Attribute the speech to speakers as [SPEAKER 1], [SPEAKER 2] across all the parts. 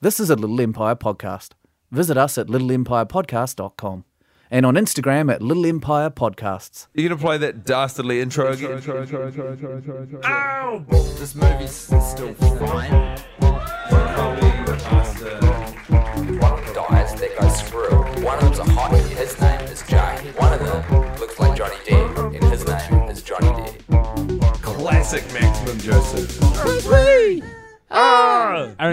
[SPEAKER 1] This is a Little Empire podcast. Visit us at littleempirepodcast.com and on Instagram at Little Empire Podcasts.
[SPEAKER 2] You're gonna play that dastardly intro again.
[SPEAKER 3] This movie's still fine. One of them dies, that goes through. One of them's a hottie, his name is Jay. One of them looks like Johnny Depp, and his name is Johnny Depp.
[SPEAKER 2] Classic Maximum Joseph.
[SPEAKER 4] I don't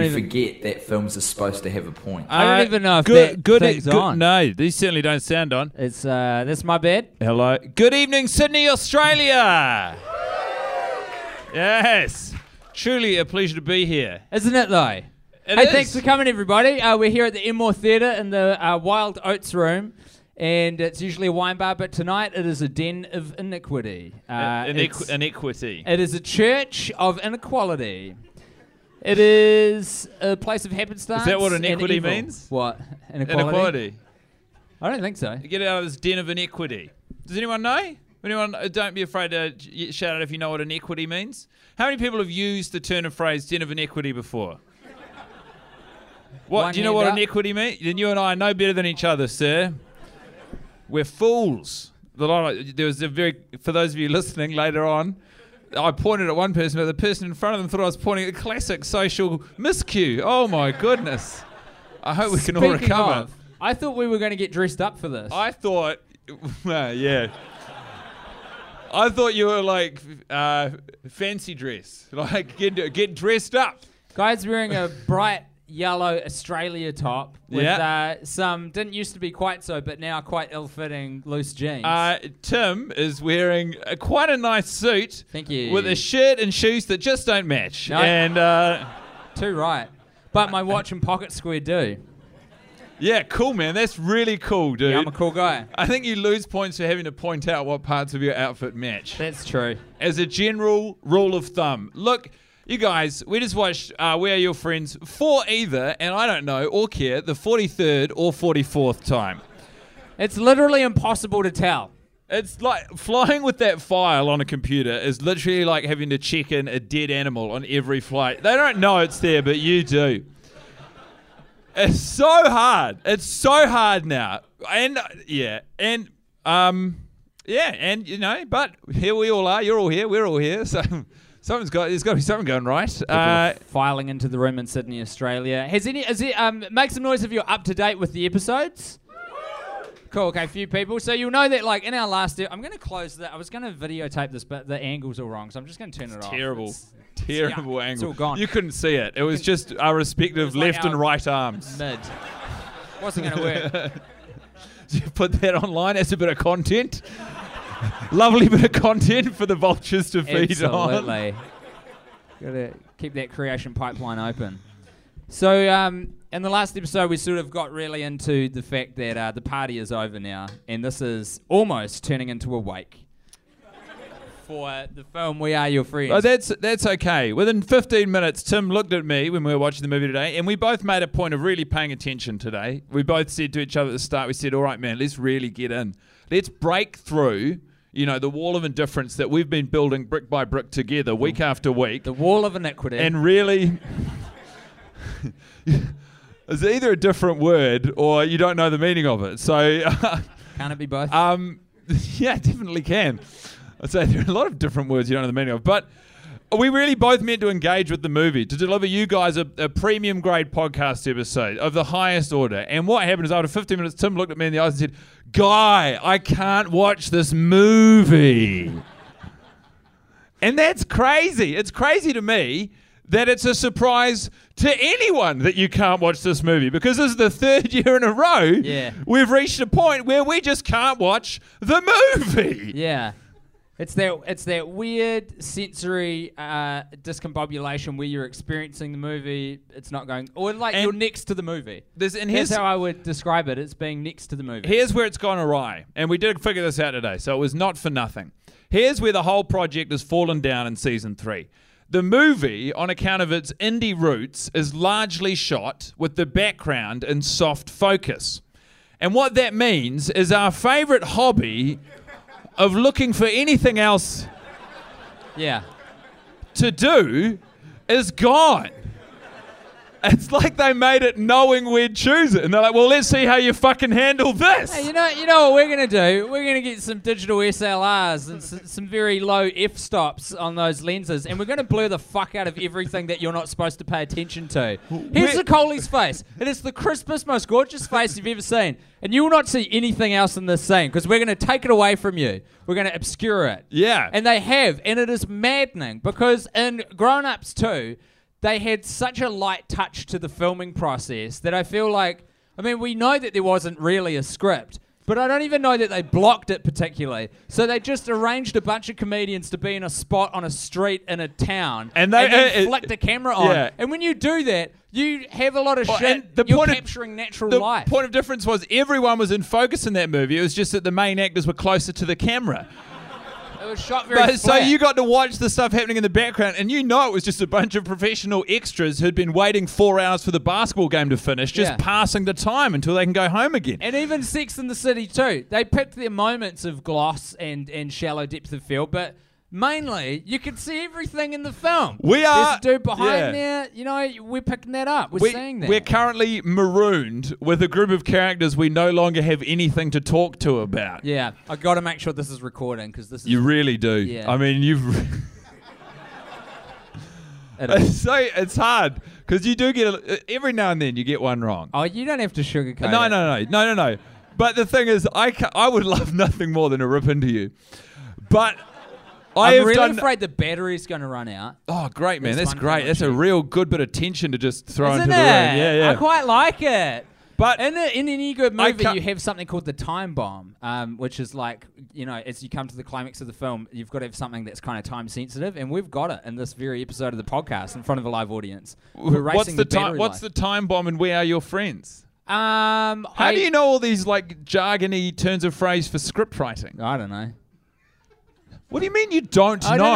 [SPEAKER 3] You
[SPEAKER 4] even. Uh,
[SPEAKER 3] forget that films are supposed to have a point.
[SPEAKER 4] I don't even know if
[SPEAKER 5] Uh, good,
[SPEAKER 4] that
[SPEAKER 5] good,
[SPEAKER 4] thing's
[SPEAKER 5] good-
[SPEAKER 4] on.
[SPEAKER 5] No, these certainly don't sound on.
[SPEAKER 4] It's uh, that's my bad.
[SPEAKER 5] Hello. Good evening, Sydney, Australia. Yes. Truly a pleasure to be here.
[SPEAKER 4] Isn't it though?
[SPEAKER 5] It
[SPEAKER 4] hey,
[SPEAKER 5] is.
[SPEAKER 4] thanks for coming, everybody. Uh, we're here at the Enmore Theatre in the uh, Wild Oats Room, and it's usually a wine bar, but tonight it is a den of iniquity. Uh, it's-
[SPEAKER 5] Inequ- inequity.
[SPEAKER 4] it is a church of inequality. It is a place of happenstance.
[SPEAKER 5] Is that what
[SPEAKER 4] and
[SPEAKER 5] inequity
[SPEAKER 4] evil.
[SPEAKER 5] means?
[SPEAKER 4] What inequality?
[SPEAKER 5] Inequality.
[SPEAKER 4] I don't think so.
[SPEAKER 5] Get out of this den of inequity. Does anyone know? Anyone? uh, Don't be afraid to y- shout out if you know what inequity means. How many people have used the turn of phrase "den of inequity" before? What
[SPEAKER 4] One
[SPEAKER 5] do you know
[SPEAKER 4] hand
[SPEAKER 5] what
[SPEAKER 4] up.
[SPEAKER 5] inequity means? Then you and I know better than each other, sir. We're fools. The lot of- there was a very for those of you listening later on. I pointed at one person, but the person in front of them thought I was pointing at a classic social miscue. Oh my goodness! I hope we can all
[SPEAKER 4] Speaking
[SPEAKER 5] recover.
[SPEAKER 4] of, I thought we were going to get dressed up for this.
[SPEAKER 5] I thought, uh, yeah. I thought you were like uh, fancy dress, like get get dressed up.
[SPEAKER 4] Guy's wearing a bright yellow Australia top with
[SPEAKER 5] Yeah.
[SPEAKER 4] uh, some didn't used to be quite so, but now quite ill-fitting loose jeans.
[SPEAKER 5] Uh, Tim is wearing a, quite a nice suit.
[SPEAKER 4] Thank you.
[SPEAKER 5] With a shirt and shoes that just don't match.
[SPEAKER 4] No.
[SPEAKER 5] And uh,
[SPEAKER 4] Too right, but my watch and pocket square do.
[SPEAKER 5] yeah, cool man. That's really cool, dude.
[SPEAKER 4] Yeah, I'm a cool guy.
[SPEAKER 5] I think you lose points for having to point out what parts of your outfit match.
[SPEAKER 4] That's true.
[SPEAKER 5] as a general rule of thumb. Look, you guys, we just watched uh, We Are Your Friends for either, and I don't know or care, the 43rd or 44th time.
[SPEAKER 4] It's literally impossible to tell.
[SPEAKER 5] It's like flying with that file on a computer is literally like having to check in a dead animal on every flight. They don't know it's there, but you do. It's so hard. It's so hard now. And uh, yeah, and um, yeah, and you know, but here we all are. You're all here. We're all here. So someone's got. There's got to be something going right. Uh,
[SPEAKER 4] Filing into the room in Sydney, Australia. Has any? Is it? Um, make some noise if you're up to date with the episodes. Cool. Okay, few people. So you'll know that, like in our last, e- I'm going to close that. I was going to videotape this, but the angle's all wrong, so I'm just going to turn it off.
[SPEAKER 5] terrible.
[SPEAKER 4] It's-
[SPEAKER 5] Terrible
[SPEAKER 4] yeah,
[SPEAKER 5] angle.
[SPEAKER 4] it's all gone.
[SPEAKER 5] You couldn't see it. It was just our respective
[SPEAKER 4] was like
[SPEAKER 5] left
[SPEAKER 4] our-
[SPEAKER 5] and right arms.
[SPEAKER 4] mid. Wasn't going to work.
[SPEAKER 5] you put that online as a bit of content. Lovely bit of content for the vultures to feed on.
[SPEAKER 4] Absolutely. Got to keep that creation pipeline open. So, um, in the last episode, we sort of got really into the fact that uh, the party is over now, and this is almost turning into a wake for the film We Are Your Friends.
[SPEAKER 5] Oh, that's that's okay. Within 15 minutes, Tim looked at me when we were watching the movie today, and we both made a point of really paying attention today. We both said to each other at the start, we said, "All right, man, let's really get in. Let's break through." You know, the wall of indifference that we've been building brick by brick together week after week.
[SPEAKER 4] the Wall of Iniquity.
[SPEAKER 5] and really it's either a different word or you don't know the meaning of it so
[SPEAKER 4] Can it be both?
[SPEAKER 5] um, yeah it definitely can i'd say there are a lot of different words you don't know the meaning of but we really both meant to engage with the movie to deliver you guys a, a premium grade podcast episode of the highest order. And what happened is, after 15 minutes, Tim looked at me in the eyes and said, Guy, I can't watch this movie. And that's crazy. It's crazy to me that it's a surprise to anyone that you can't watch this movie because this is the third year in a row
[SPEAKER 4] Yeah.
[SPEAKER 5] we've reached a point where we just can't watch the movie.
[SPEAKER 4] yeah. It's that, it's that weird sensory uh, discombobulation where you're experiencing the movie, it's not going, or like
[SPEAKER 5] And-
[SPEAKER 4] you're next to the movie.
[SPEAKER 5] There's, and
[SPEAKER 4] Here's
[SPEAKER 5] here's,
[SPEAKER 4] how I would describe it. It's being next to the movie.
[SPEAKER 5] here's where it's gone awry. And we did figure this out today, so it was not for nothing. Here's where the whole project has fallen down in season three. The movie, on account of its indie roots, is largely shot with the background in soft focus. And what that means is our favorite hobby of looking for anything else
[SPEAKER 4] yeah.
[SPEAKER 5] to do is gone. It's like they made it knowing we'd choose it. And they're like, well, let's see how you fucking handle this.
[SPEAKER 4] Hey, you know, you know what we're gonna do? We're gonna get some digital SLRs and s- some very low f-stops on those lenses, and we're gonna blur the fuck out of everything that you're not supposed to pay attention to. Here's the Coley's face. It is the crispest, most gorgeous face you've ever seen, and you will not see anything else in this scene because we're gonna take it away from you. We're gonna obscure it.
[SPEAKER 5] Yeah.
[SPEAKER 4] And they have, and it is maddening because in Grown Ups 2, they had such a light touch to the filming process that I feel like, I mean, we know that there wasn't really a script, but I don't even know that they blocked it particularly. So they just arranged a bunch of comedians to be in a spot on a street in a town
[SPEAKER 5] And they-
[SPEAKER 4] then
[SPEAKER 5] uh, uh,
[SPEAKER 4] flicked the camera on.
[SPEAKER 5] yeah.
[SPEAKER 4] And when you do that, you have a lot of
[SPEAKER 5] Well, and
[SPEAKER 4] shit.
[SPEAKER 5] the
[SPEAKER 4] You're
[SPEAKER 5] point of-
[SPEAKER 4] capturing natural
[SPEAKER 5] the
[SPEAKER 4] light.
[SPEAKER 5] point of difference was everyone was in focus in that movie. It was just that the main actors were closer to the camera.
[SPEAKER 4] it was shot very
[SPEAKER 5] But, so
[SPEAKER 4] flat.
[SPEAKER 5] you got to watch the stuff happening in the background, and you know it was just a bunch of professional extras who'd been waiting four hours for the basketball game to finish, just
[SPEAKER 4] Yeah.
[SPEAKER 5] passing the time until they can go home again.
[SPEAKER 4] And even Sex in the City too. They picked their moments of gloss and, and shallow depth of field, but mainly you could see everything in the film.
[SPEAKER 5] We
[SPEAKER 4] There's
[SPEAKER 5] are-
[SPEAKER 4] a dude behind
[SPEAKER 5] yeah.
[SPEAKER 4] there. You know, we're picking that up. We're
[SPEAKER 5] We-
[SPEAKER 4] seeing that.
[SPEAKER 5] we're currently marooned with a group of characters we no longer have anything to talk to about.
[SPEAKER 4] yeah, I got to make sure this is recording because this is
[SPEAKER 5] You really do.
[SPEAKER 4] Yeah.
[SPEAKER 5] I mean, you've.
[SPEAKER 4] it is.
[SPEAKER 5] it's so it's hard because you do get a, every now and then you get one wrong.
[SPEAKER 4] Oh, you don't have to sugarcoat.
[SPEAKER 5] No, no,
[SPEAKER 4] it.
[SPEAKER 5] no, no, no, no. But the thing is, I ca- I would love nothing more than to rip into you, but. I
[SPEAKER 4] I'm
[SPEAKER 5] have
[SPEAKER 4] really
[SPEAKER 5] done.
[SPEAKER 4] afraid the battery's going to run out.
[SPEAKER 5] oh, great, man!
[SPEAKER 4] There's
[SPEAKER 5] That's
[SPEAKER 4] one
[SPEAKER 5] great.
[SPEAKER 4] thing
[SPEAKER 5] That's a
[SPEAKER 4] actually.
[SPEAKER 5] real good bit of tension to just throw
[SPEAKER 4] Isn't
[SPEAKER 5] into
[SPEAKER 4] it?
[SPEAKER 5] the room. Yeah, yeah.
[SPEAKER 4] I quite like it.
[SPEAKER 5] but
[SPEAKER 4] In, a, in any good
[SPEAKER 5] I
[SPEAKER 4] movie,
[SPEAKER 5] can't-
[SPEAKER 4] you have something called the time bomb, um, which is like, you know, as you come to the climax of the film, you've got to have something that's kind of time sensitive, and we've got it in this very episode of the podcast in front of a live audience. We're racing
[SPEAKER 5] what's the, time?
[SPEAKER 4] battery
[SPEAKER 5] What's the
[SPEAKER 4] life.
[SPEAKER 5] time bomb? And we are your friends.
[SPEAKER 4] um?
[SPEAKER 5] How
[SPEAKER 4] I,
[SPEAKER 5] do you know all these like jargony turns of phrase for script writing?
[SPEAKER 4] I don't know.
[SPEAKER 5] What do you mean you don't
[SPEAKER 4] I
[SPEAKER 5] know?
[SPEAKER 4] don't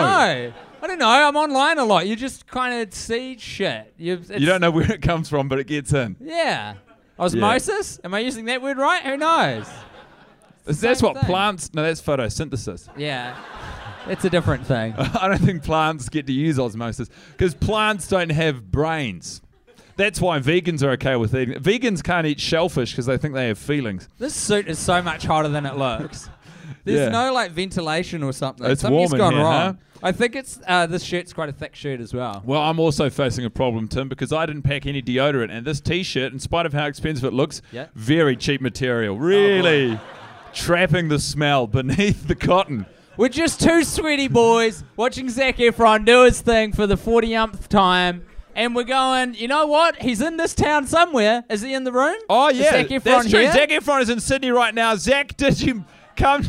[SPEAKER 4] know. I don't know. I'm online a lot. You just kind of see shit. You, it's,
[SPEAKER 5] You don't know where it comes from, but it gets in.
[SPEAKER 4] Yeah. Osmosis? Am I using that word right? Who knows?
[SPEAKER 5] That's
[SPEAKER 4] same
[SPEAKER 5] what
[SPEAKER 4] thing.
[SPEAKER 5] plants. No, that's photosynthesis.
[SPEAKER 4] Yeah. It's a different thing.
[SPEAKER 5] I don't think plants get to use osmosis because plants don't have brains. That's why vegans are okay with eating. Vegans can't eat shellfish because they think they have feelings.
[SPEAKER 4] This suit is so much hotter than it looks. There's
[SPEAKER 5] Yeah.
[SPEAKER 4] no like ventilation or something.
[SPEAKER 5] It's
[SPEAKER 4] Something's
[SPEAKER 5] warm in
[SPEAKER 4] gone
[SPEAKER 5] here,
[SPEAKER 4] wrong. I think it's uh, this shirt's quite a thick shirt as well.
[SPEAKER 5] Well, I'm also facing a problem, Tim, because I didn't pack any deodorant, and this T-shirt, in spite of how expensive it looks,
[SPEAKER 4] Yeah. Oh,
[SPEAKER 5] very cheap material. Really trapping the smell beneath the cotton.
[SPEAKER 4] We're just two sweaty boys watching Zac Efron do his thing for the 40th time. And we're going, you know what? He's in this town somewhere. Is he in the room?
[SPEAKER 5] Oh yeah,
[SPEAKER 4] Zac Efron
[SPEAKER 5] that's true.
[SPEAKER 4] here?
[SPEAKER 5] Zac Efron is in Sydney right now. Zac, did you come?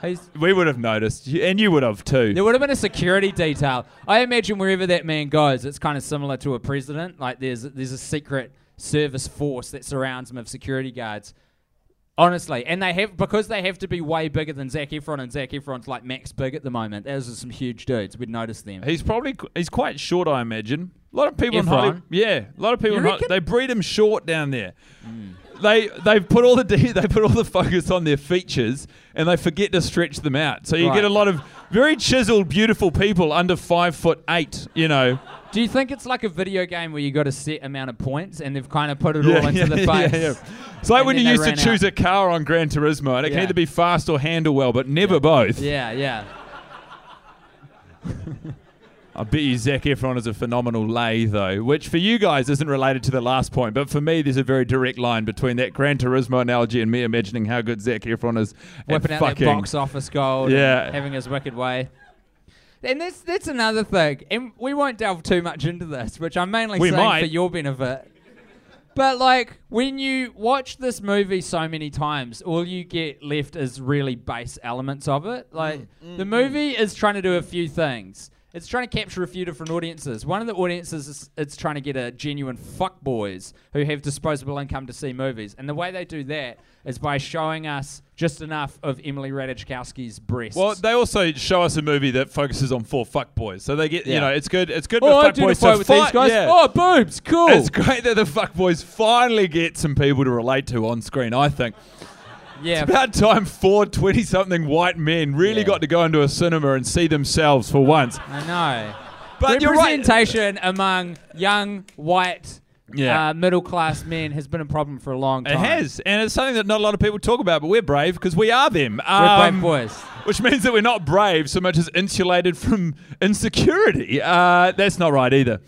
[SPEAKER 4] He's-
[SPEAKER 5] We would have noticed, You- and you would have too.
[SPEAKER 4] There would have been a security detail. I imagine wherever that man goes, it's kind of similar to a president. Like there's there's a secret service force that surrounds him of security guards. Honestly, and they have because they have to be way bigger than Zac Efron, and Zac Efron's like max big at the moment. Those are some huge dudes. We'd notice them.
[SPEAKER 5] He's probably qu- he's quite short, I imagine. A lot of people in
[SPEAKER 4] Efron?
[SPEAKER 5] Hollywood, yeah, a lot of people
[SPEAKER 4] You
[SPEAKER 5] in Hol-
[SPEAKER 4] reckon? Hmm.
[SPEAKER 5] they breed him short down there. They they put all the de- they put all the focus on their features and they forget to stretch them out. So you
[SPEAKER 4] Right.
[SPEAKER 5] get a lot of very chiseled, beautiful people under five foot eight. You know,
[SPEAKER 4] Do you think it's like a video game where you got a set amount of points and they've kind of put it all
[SPEAKER 5] Yeah,
[SPEAKER 4] into
[SPEAKER 5] yeah,
[SPEAKER 4] the face?
[SPEAKER 5] yeah, yeah. It's like
[SPEAKER 4] And
[SPEAKER 5] when
[SPEAKER 4] then
[SPEAKER 5] you
[SPEAKER 4] they
[SPEAKER 5] used to
[SPEAKER 4] ran
[SPEAKER 5] choose
[SPEAKER 4] out.
[SPEAKER 5] a car on Gran Turismo, and it
[SPEAKER 4] Yeah.
[SPEAKER 5] can either be fast or handle well, but never both.
[SPEAKER 4] yeah, yeah.
[SPEAKER 5] I bet you Zac Efron is a phenomenal lay, though, which for you guys isn't related to the last point, but for me, there's a very direct line between that Gran Turismo analogy and me imagining how good Zac Efron is at
[SPEAKER 4] whipping out
[SPEAKER 5] fucking.
[SPEAKER 4] that box office gold,
[SPEAKER 5] Yeah.
[SPEAKER 4] and having his wicked way. And that's that's another thing, and we won't delve too much into this, which I'm mainly
[SPEAKER 5] We
[SPEAKER 4] saying
[SPEAKER 5] might.
[SPEAKER 4] for your benefit. But like when you watch this movie so many times, all you get left is really base elements of it.
[SPEAKER 5] Mm,
[SPEAKER 4] Like the movie is trying to do a few things. It's trying to capture a few different audiences. One of the audiences is it's trying to get a genuine fuckboys who have disposable income to see movies. And the way they do that is by showing us just enough of Emily Ratajkowski's breasts.
[SPEAKER 5] Well, they also show us a movie that focuses on four fuckboys, so they get you
[SPEAKER 4] Yeah.
[SPEAKER 5] know it's good. It's good
[SPEAKER 4] oh, I
[SPEAKER 5] for fuckboys
[SPEAKER 4] identify
[SPEAKER 5] to
[SPEAKER 4] with
[SPEAKER 5] fight.
[SPEAKER 4] these guys.
[SPEAKER 5] yeah.
[SPEAKER 4] Oh, boobs, cool.
[SPEAKER 5] It's great that the fuckboys finally get some people to relate to on screen. I think
[SPEAKER 4] yeah,
[SPEAKER 5] about time four 20 something white men really
[SPEAKER 4] Yeah.
[SPEAKER 5] got to go into a cinema and see themselves for once.
[SPEAKER 4] I know.
[SPEAKER 5] But you're right.
[SPEAKER 4] representation among young white
[SPEAKER 5] Yeah.
[SPEAKER 4] uh, middle class men has been a problem for a long time.
[SPEAKER 5] It has, and it's something that not a lot of people talk about, but we're brave because we are them.
[SPEAKER 4] We're
[SPEAKER 5] Um,
[SPEAKER 4] brave boys.
[SPEAKER 5] Which means that we're not brave so much as insulated from insecurity. Uh, that's not right either.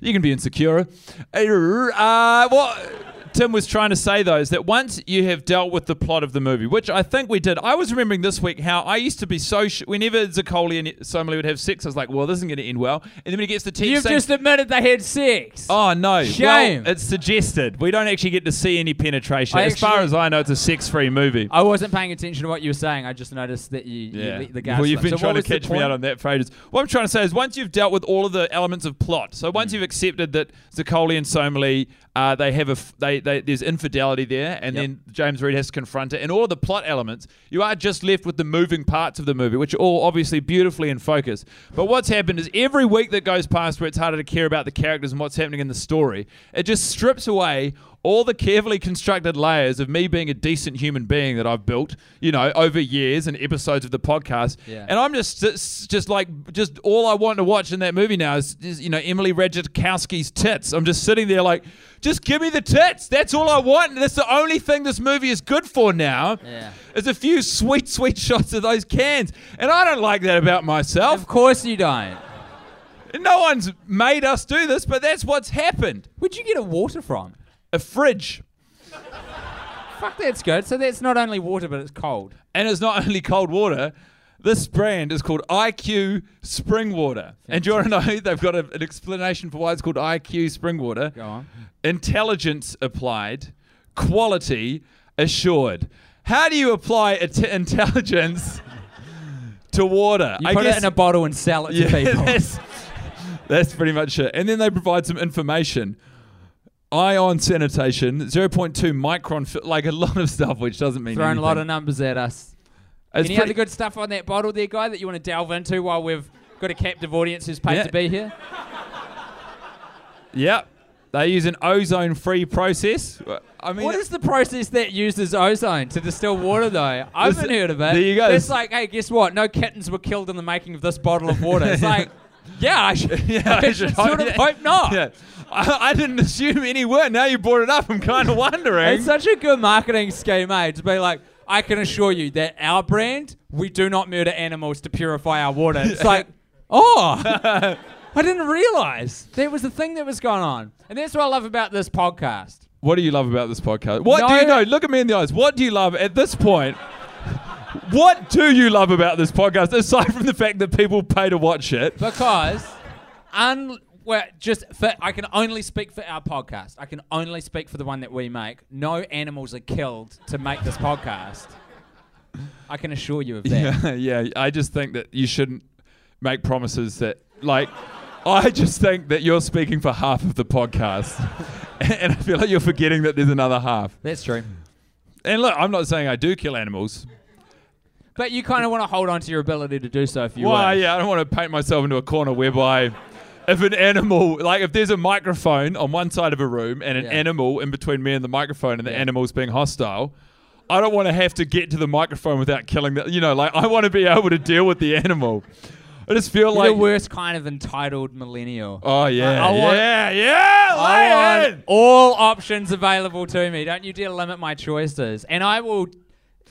[SPEAKER 5] You can be insecure. Err, Uh, what Tim was trying to say, though, is that once you have dealt with the plot of the movie, which I think we did, I was remembering this week how I used to be so. Sh- whenever Zaccoli and Somali would have sex, I was like, well, this isn't going to end well. And then when it gets to 10
[SPEAKER 4] You've
[SPEAKER 5] scenes-
[SPEAKER 4] just admitted they had sex.
[SPEAKER 5] Oh no!
[SPEAKER 4] Shame.
[SPEAKER 5] Well, it's suggested. We don't actually get to see any penetration.
[SPEAKER 4] I
[SPEAKER 5] as far
[SPEAKER 4] actually-
[SPEAKER 5] as I know, it's a sex-free movie.
[SPEAKER 4] I wasn't paying attention to what you were saying. I just noticed that you, you
[SPEAKER 5] yeah.
[SPEAKER 4] le- the gas.
[SPEAKER 5] well, you've
[SPEAKER 4] lit.
[SPEAKER 5] been
[SPEAKER 4] So
[SPEAKER 5] trying
[SPEAKER 4] what
[SPEAKER 5] to
[SPEAKER 4] was the
[SPEAKER 5] catch me out
[SPEAKER 4] point?
[SPEAKER 5] on that for ages. What I'm trying to say is, once you've dealt with all of the elements of plot, so once you've accepted that Zaccoli and Somali, uh, they have a f- they, they there's infidelity there, and then James Reed has to confront it, and all of the plot elements, you are just left with the moving parts of the movie, which are all obviously beautifully in focus. But what's happened is every week that goes past, where it's harder to care about the characters and what's happening in the story, it just strips away all the carefully constructed layers of me being a decent human being that I've built, you know, over years and episodes of the podcast.
[SPEAKER 4] Yeah.
[SPEAKER 5] And I'm just just just like just all I want to watch in that movie now is, is you know Emily Ratajkowski's tits. I'm just sitting there like, just give me the tits. That's all I want. That's the only thing this movie is good for now.
[SPEAKER 4] Yeah.
[SPEAKER 5] Is a few sweet sweet shots of those cans. And I don't like that about myself.
[SPEAKER 4] Of course you don't.
[SPEAKER 5] No one's made us do this, but that's what's happened.
[SPEAKER 4] Where'd you get a water from?
[SPEAKER 5] A fridge.
[SPEAKER 4] Fuck, that's good. So that's not only water, but it's cold.
[SPEAKER 5] and it's not only cold water. This brand is called IQ Spring Water. And do you want to know? They've got a, an explanation for why it's called IQ Spring Water.
[SPEAKER 4] Go on.
[SPEAKER 5] Intelligence applied, quality assured. How do you apply it- intelligence to water?
[SPEAKER 4] You put it in a bottle and sell it to people.
[SPEAKER 5] That's, that's pretty much it. And then they provide some information. Ion sanitation, 0.2 micron, fi- like a lot of stuff, which doesn't mean
[SPEAKER 4] Throwing a lot of
[SPEAKER 5] anything.
[SPEAKER 4] numbers at us.
[SPEAKER 5] It's
[SPEAKER 4] Any
[SPEAKER 5] pretty-
[SPEAKER 4] other good stuff on that bottle there, guy, that you want to delve into while we've got a captive audience who's paid
[SPEAKER 5] Yeah.
[SPEAKER 4] to be here?
[SPEAKER 5] Yep. They use an ozone free process. I mean,
[SPEAKER 4] What is the process that uses ozone to distill water, though? I
[SPEAKER 5] This-
[SPEAKER 4] haven't heard of it.
[SPEAKER 5] there you go.
[SPEAKER 4] It's like, hey, guess what? No kittens were killed in the making of this bottle of water. It's like, yeah, I should,
[SPEAKER 5] yeah,
[SPEAKER 4] I should sort of
[SPEAKER 5] yeah.
[SPEAKER 4] hope not.
[SPEAKER 5] Yeah. I, I didn't assume any were. Now you brought it up. I'm kind of wondering.
[SPEAKER 4] It's such a good marketing scheme, eh? To be like, I can assure you that our brand, we do not murder animals to purify our water. It's like, oh, I didn't realize that was the thing that was going on. And that's what I love about this podcast.
[SPEAKER 5] what do you love about this podcast? What do
[SPEAKER 4] No-
[SPEAKER 5] you know? Look at me in the eyes. What do you love at this point? What do you love about this podcast aside from the fact that people pay to watch it?
[SPEAKER 4] because un- well, just for, I can only speak for our podcast. I can only speak for the one that we make. No animals are killed to make this podcast. I can assure you of that.
[SPEAKER 5] Yeah, yeah. I just think that you shouldn't make promises that, like, I just think that you're speaking for half of the podcast. and I feel like you're forgetting that there's another half.
[SPEAKER 4] That's true.
[SPEAKER 5] And look, I'm not saying I do kill animals.
[SPEAKER 4] But you kind of want to hold on to your ability to do so if you
[SPEAKER 5] Why?
[SPEAKER 4] wish.
[SPEAKER 5] yeah, I don't want to paint myself into a corner whereby if an animal, like if there's a microphone on one side of a room and an
[SPEAKER 4] Yeah.
[SPEAKER 5] animal in between me and the microphone and the animal's being hostile, I don't want to have to get to the microphone without killing the, you know, like I want to be able to deal with the animal. I just feel
[SPEAKER 4] You're
[SPEAKER 5] like
[SPEAKER 4] the worst kind of entitled millennial.
[SPEAKER 5] Oh yeah,
[SPEAKER 4] I want-
[SPEAKER 5] yeah, yeah,
[SPEAKER 4] I
[SPEAKER 5] lion.
[SPEAKER 4] want all options available to me. Don't you dare limit my choices. And I will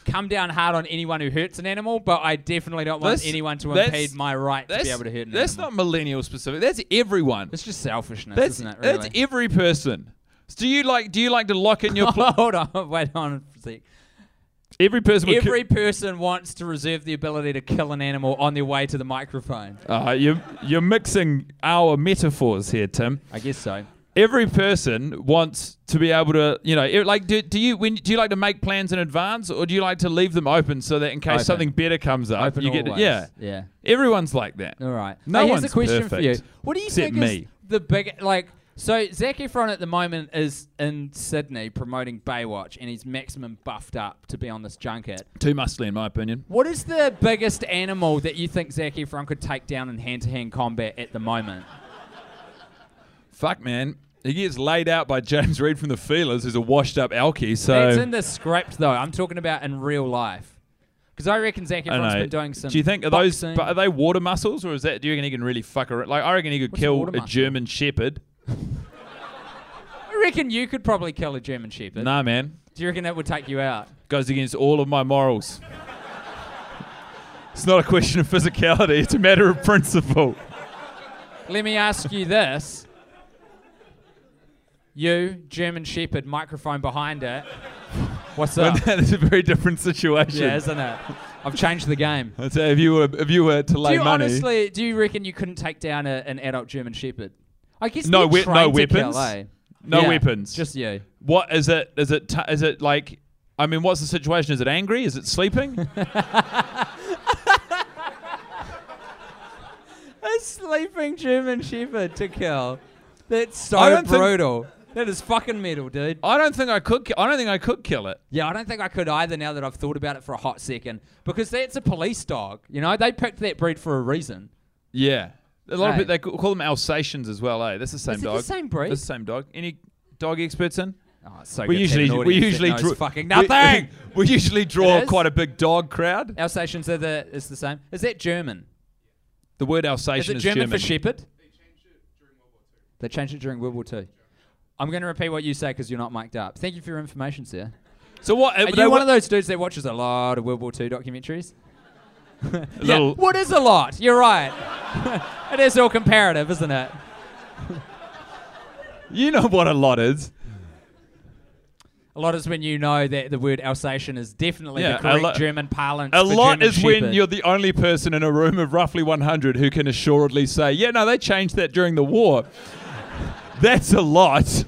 [SPEAKER 4] come down hard on anyone who hurts an animal, but I definitely don't want
[SPEAKER 5] That's-
[SPEAKER 4] anyone to
[SPEAKER 5] that's-
[SPEAKER 4] impede my right to be able to hurt an
[SPEAKER 5] that's
[SPEAKER 4] animal.
[SPEAKER 5] not millennial specific. That's everyone.
[SPEAKER 4] It's just selfishness,
[SPEAKER 5] that's
[SPEAKER 4] isn't it? Really?
[SPEAKER 5] that's every person. So do you like? Do you like to lock in your? Pl-
[SPEAKER 4] Hold on, wait on a sec.
[SPEAKER 5] every person. would
[SPEAKER 4] Every person wants to reserve the ability to kill an animal on their way to the microphone.
[SPEAKER 5] Ki- uh, you're you're mixing our metaphors here, Tim.
[SPEAKER 4] I guess so.
[SPEAKER 5] Every person wants to be able to, you know, it- like do, do you when do you like to make plans in advance, or do you like to leave them open so that in case
[SPEAKER 4] Open.
[SPEAKER 5] something better comes up,
[SPEAKER 4] Open
[SPEAKER 5] you
[SPEAKER 4] always.
[SPEAKER 5] get yeah.
[SPEAKER 4] yeah.
[SPEAKER 5] Everyone's like that.
[SPEAKER 4] All right.
[SPEAKER 5] No
[SPEAKER 4] Hey, here's
[SPEAKER 5] one's
[SPEAKER 4] a question for you.
[SPEAKER 5] perfect,
[SPEAKER 4] What do you
[SPEAKER 5] except
[SPEAKER 4] think is
[SPEAKER 5] me.
[SPEAKER 4] the big like? So Zac Efron at the moment is in Sydney promoting Baywatch, and he's maximum buffed up to be on this junket.
[SPEAKER 5] Too muscly, in my opinion.
[SPEAKER 4] What is the biggest animal that you think Zac Efron could take down in hand-to-hand combat at the moment?
[SPEAKER 5] Fuck, man. He gets laid out by James Reed from the Feelers, who's a washed up Alkie.
[SPEAKER 4] That's
[SPEAKER 5] So,
[SPEAKER 4] in the script, though. I'm talking about in real life. Because I reckon Zac
[SPEAKER 5] I
[SPEAKER 4] Efron's
[SPEAKER 5] don't know.
[SPEAKER 4] been doing some.
[SPEAKER 5] do you think are those
[SPEAKER 4] boxing.
[SPEAKER 5] but are they water mussels or is that? Do you reckon he can really fuck around? Like, I reckon he could
[SPEAKER 4] What's a
[SPEAKER 5] kill
[SPEAKER 4] water
[SPEAKER 5] a,
[SPEAKER 4] mussel?
[SPEAKER 5] German Shepherd.
[SPEAKER 4] I reckon you could probably kill a German Shepherd.
[SPEAKER 5] Nah, man.
[SPEAKER 4] Do you reckon that would take you out?
[SPEAKER 5] Goes against all of my morals. it's not a question of physicality, it's a matter of principle.
[SPEAKER 4] Let me ask you this. You, German Shepherd, microphone behind it. What's up?
[SPEAKER 5] But that is a very different situation.
[SPEAKER 4] yeah, isn't it? I've changed the game.
[SPEAKER 5] I'd say if you were if you were to
[SPEAKER 4] Do
[SPEAKER 5] lay
[SPEAKER 4] you
[SPEAKER 5] money,
[SPEAKER 4] honestly, do you reckon you couldn't take down a, an adult German Shepherd? I guess
[SPEAKER 5] No
[SPEAKER 4] they're
[SPEAKER 5] wea- no
[SPEAKER 4] trained to kill,
[SPEAKER 5] weapons?
[SPEAKER 4] eh?
[SPEAKER 5] no
[SPEAKER 4] Yeah,
[SPEAKER 5] weapons.
[SPEAKER 4] Just you.
[SPEAKER 5] what is it? Is it t- is it like? I mean, what's the situation? Is it angry? Is it sleeping?
[SPEAKER 4] A sleeping German Shepherd to kill. That's
[SPEAKER 5] I
[SPEAKER 4] so
[SPEAKER 5] don't think-
[SPEAKER 4] brutal. That is fucking metal, dude.
[SPEAKER 5] I don't think I could. ki- I don't think I could kill it.
[SPEAKER 4] Yeah, I don't think I could either now that I've thought about it for a hot second because that's a police dog. You know, they picked that breed for a reason.
[SPEAKER 5] Yeah, a lot
[SPEAKER 4] Hey.
[SPEAKER 5] of people they ca- call them Alsatians as well. Eh, that's the same
[SPEAKER 4] Is it the
[SPEAKER 5] dog.
[SPEAKER 4] same breed?
[SPEAKER 5] That's the same dog. Any dog experts in?
[SPEAKER 4] Oh, it's so
[SPEAKER 5] We
[SPEAKER 4] good to have
[SPEAKER 5] usually
[SPEAKER 4] an
[SPEAKER 5] we
[SPEAKER 4] audience that
[SPEAKER 5] usually
[SPEAKER 4] knows
[SPEAKER 5] draw
[SPEAKER 4] fucking
[SPEAKER 5] we-
[SPEAKER 4] nothing.
[SPEAKER 5] We, usually draw
[SPEAKER 4] is?
[SPEAKER 5] quite a big dog crowd.
[SPEAKER 4] Alsatians are the it's the same. Is that German?
[SPEAKER 5] The word
[SPEAKER 4] Is
[SPEAKER 5] Alsatian
[SPEAKER 4] it
[SPEAKER 5] is,
[SPEAKER 4] German, for shepherd? They changed it during World War II. I'm going to repeat what you say because you're not mic'd up. Thank you for your information, sir.
[SPEAKER 5] So what? uh,
[SPEAKER 4] Are you one of those dudes that watches a lot of World War II documentaries?
[SPEAKER 5] those?
[SPEAKER 4] Yeah, what is a lot? You're right. it is all comparative, isn't it?
[SPEAKER 5] You know what a lot is.
[SPEAKER 4] A lot is when you know that the word Alsatian is definitely
[SPEAKER 5] Yeah,
[SPEAKER 4] the
[SPEAKER 5] a
[SPEAKER 4] correct
[SPEAKER 5] lot-
[SPEAKER 4] German parlance.
[SPEAKER 5] A
[SPEAKER 4] for
[SPEAKER 5] lot
[SPEAKER 4] German
[SPEAKER 5] is when
[SPEAKER 4] Shepherd.
[SPEAKER 5] you're the only person in a room of roughly 100 who can assuredly say, yeah, no, they changed that during the war. That's a lot.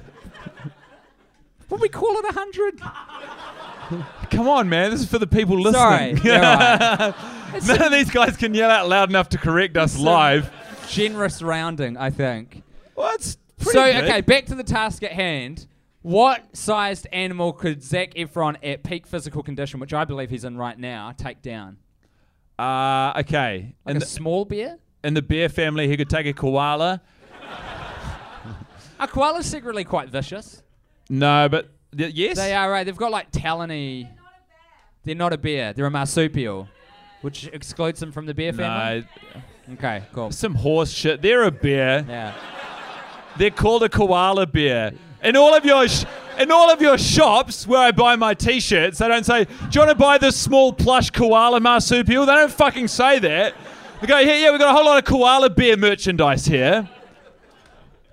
[SPEAKER 4] Would we call it a hundred?
[SPEAKER 5] Come on, man. This is for the people listening.
[SPEAKER 4] Sorry, you're right. It's
[SPEAKER 5] None of these guys can yell out loud enough to correct us live.
[SPEAKER 4] generous rounding, I think.
[SPEAKER 5] Well, that's pretty
[SPEAKER 4] so
[SPEAKER 5] good.
[SPEAKER 4] okay, back to the task at hand. What sized animal could Zach Efron, at peak physical condition, which I believe he's in right now, take down?
[SPEAKER 5] Uh, okay.
[SPEAKER 4] Like
[SPEAKER 5] in,
[SPEAKER 4] a
[SPEAKER 5] the,
[SPEAKER 4] small bear?
[SPEAKER 5] in the bear family, he could take a koala.
[SPEAKER 4] A koala's secretly quite vicious.
[SPEAKER 5] No, but y- yes.
[SPEAKER 4] They are right. They've got like talony. They're not a bear. They're a marsupial, which excludes them from the bear family.
[SPEAKER 5] No,
[SPEAKER 4] Okay, cool.
[SPEAKER 5] some horse shit. They're a bear.
[SPEAKER 4] Yeah.
[SPEAKER 5] They're called a koala bear. In all of your sh- in all of your shops where I buy my t-shirts, they don't say, "Do you want to buy this small plush koala marsupial?" They don't fucking say that. They go, "Yeah, yeah, we've got a whole lot of koala bear merchandise here."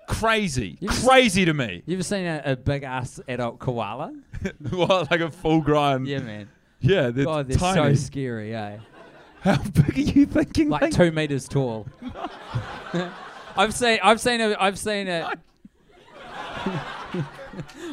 [SPEAKER 5] Crazy,
[SPEAKER 4] You've s-
[SPEAKER 5] crazy to me.
[SPEAKER 4] You ever seen a, a big ass adult koala?
[SPEAKER 5] what, like a full grown?
[SPEAKER 4] Yeah, man.
[SPEAKER 5] yeah. They're
[SPEAKER 4] God, they're
[SPEAKER 5] tiny.
[SPEAKER 4] so scary, eh?
[SPEAKER 5] How big are you thinking?
[SPEAKER 4] like
[SPEAKER 5] mate?
[SPEAKER 4] two meters tall. I've seen, I've seen, a, I've seen a.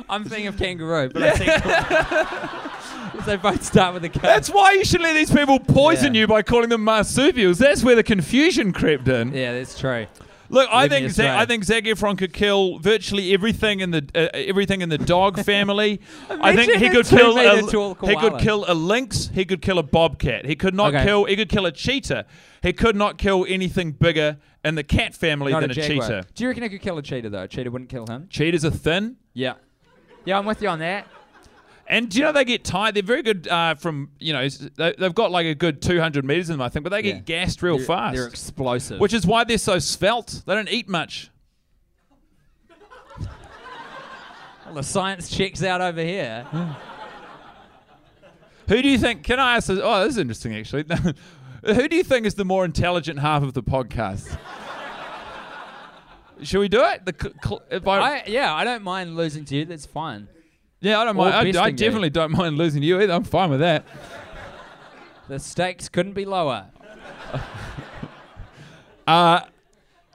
[SPEAKER 4] I'm thinking of kangaroo, but I think they both start with a K.
[SPEAKER 5] That's why you should let these people poison
[SPEAKER 4] Yeah.
[SPEAKER 5] you by calling them marsupials. That's where the confusion crept in.
[SPEAKER 4] yeah, that's true.
[SPEAKER 5] Look, I
[SPEAKER 4] Living
[SPEAKER 5] think Zac,
[SPEAKER 4] astray.
[SPEAKER 5] I think Zac Efron could kill virtually everything in the uh, everything in the dog family. I think
[SPEAKER 4] Imagine
[SPEAKER 5] he
[SPEAKER 4] a
[SPEAKER 5] could kill
[SPEAKER 4] two-meter
[SPEAKER 5] a,
[SPEAKER 4] tall
[SPEAKER 5] he could
[SPEAKER 4] koala.
[SPEAKER 5] kill a lynx. He could kill a bobcat. He could not
[SPEAKER 4] Okay.
[SPEAKER 5] kill he could kill a cheetah. He could not kill anything bigger in the cat family
[SPEAKER 4] Not
[SPEAKER 5] than
[SPEAKER 4] a
[SPEAKER 5] a,
[SPEAKER 4] jaguar.
[SPEAKER 5] cheetah.
[SPEAKER 4] Do you reckon I could kill a cheetah though? A cheetah wouldn't kill him.
[SPEAKER 5] Cheetahs are thin,
[SPEAKER 4] Yeah. Yeah, I'm with you on that.
[SPEAKER 5] and do you know they get tired? They're very good uh, from you know s- they, they've got like a good two hundred meters in them, I think, but they
[SPEAKER 4] Yeah.
[SPEAKER 5] get gassed real
[SPEAKER 4] they're,
[SPEAKER 5] fast,
[SPEAKER 4] They're explosive.
[SPEAKER 5] which is why they're so svelte. They don't eat much.
[SPEAKER 4] Well, the science checks out over here.
[SPEAKER 5] Who do you think? Can I ask? This? Oh, this is interesting, actually. Who do you think is the more intelligent half of the podcast? Should we do it? The cl- cl- if I,
[SPEAKER 4] I, yeah, I don't mind losing to you. That's fine.
[SPEAKER 5] yeah, I don't
[SPEAKER 4] or
[SPEAKER 5] mind. I- I,
[SPEAKER 4] besting you.
[SPEAKER 5] definitely don't mind losing to you either. I'm fine with that.
[SPEAKER 4] The stakes couldn't be lower.
[SPEAKER 5] Uh,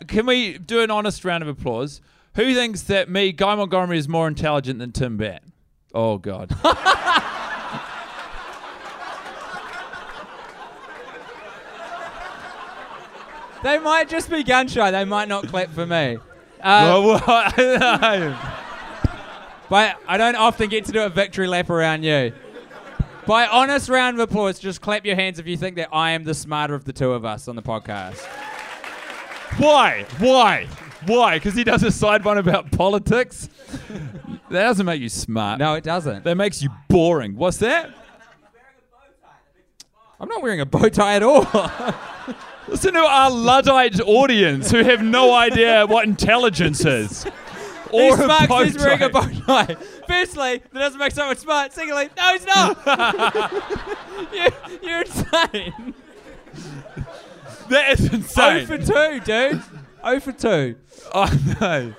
[SPEAKER 5] can we do an honest round of applause? Who thinks that me, Guy Montgomery, is more intelligent than Tim Bat? Oh God.
[SPEAKER 4] They might just be gun shy. They might not clap for me. Uh,
[SPEAKER 5] Well, well,
[SPEAKER 4] but I don't often get to do a victory lap around you. By honest round of applause, just clap your hands if you think that I am the smarter of the two of us on the podcast.
[SPEAKER 5] Why? Why? Why? Because he does a side one about politics. that doesn't make you smart.
[SPEAKER 4] No, it doesn't.
[SPEAKER 5] That makes you boring. What's that?
[SPEAKER 4] I'm not wearing a bow tie at all.
[SPEAKER 5] Listen to our Luddite audience who have no idea what intelligence is.
[SPEAKER 4] These
[SPEAKER 5] Or a
[SPEAKER 4] smugs,
[SPEAKER 5] bow
[SPEAKER 4] he's wearing a
[SPEAKER 5] tie.
[SPEAKER 4] bow tie. Firstly, that doesn't make someone smart. Secondly, no, he's not. you, you're insane.
[SPEAKER 5] That is
[SPEAKER 4] Oh
[SPEAKER 5] insane.
[SPEAKER 4] for 2, dude. Oh for 2.
[SPEAKER 5] Oh no.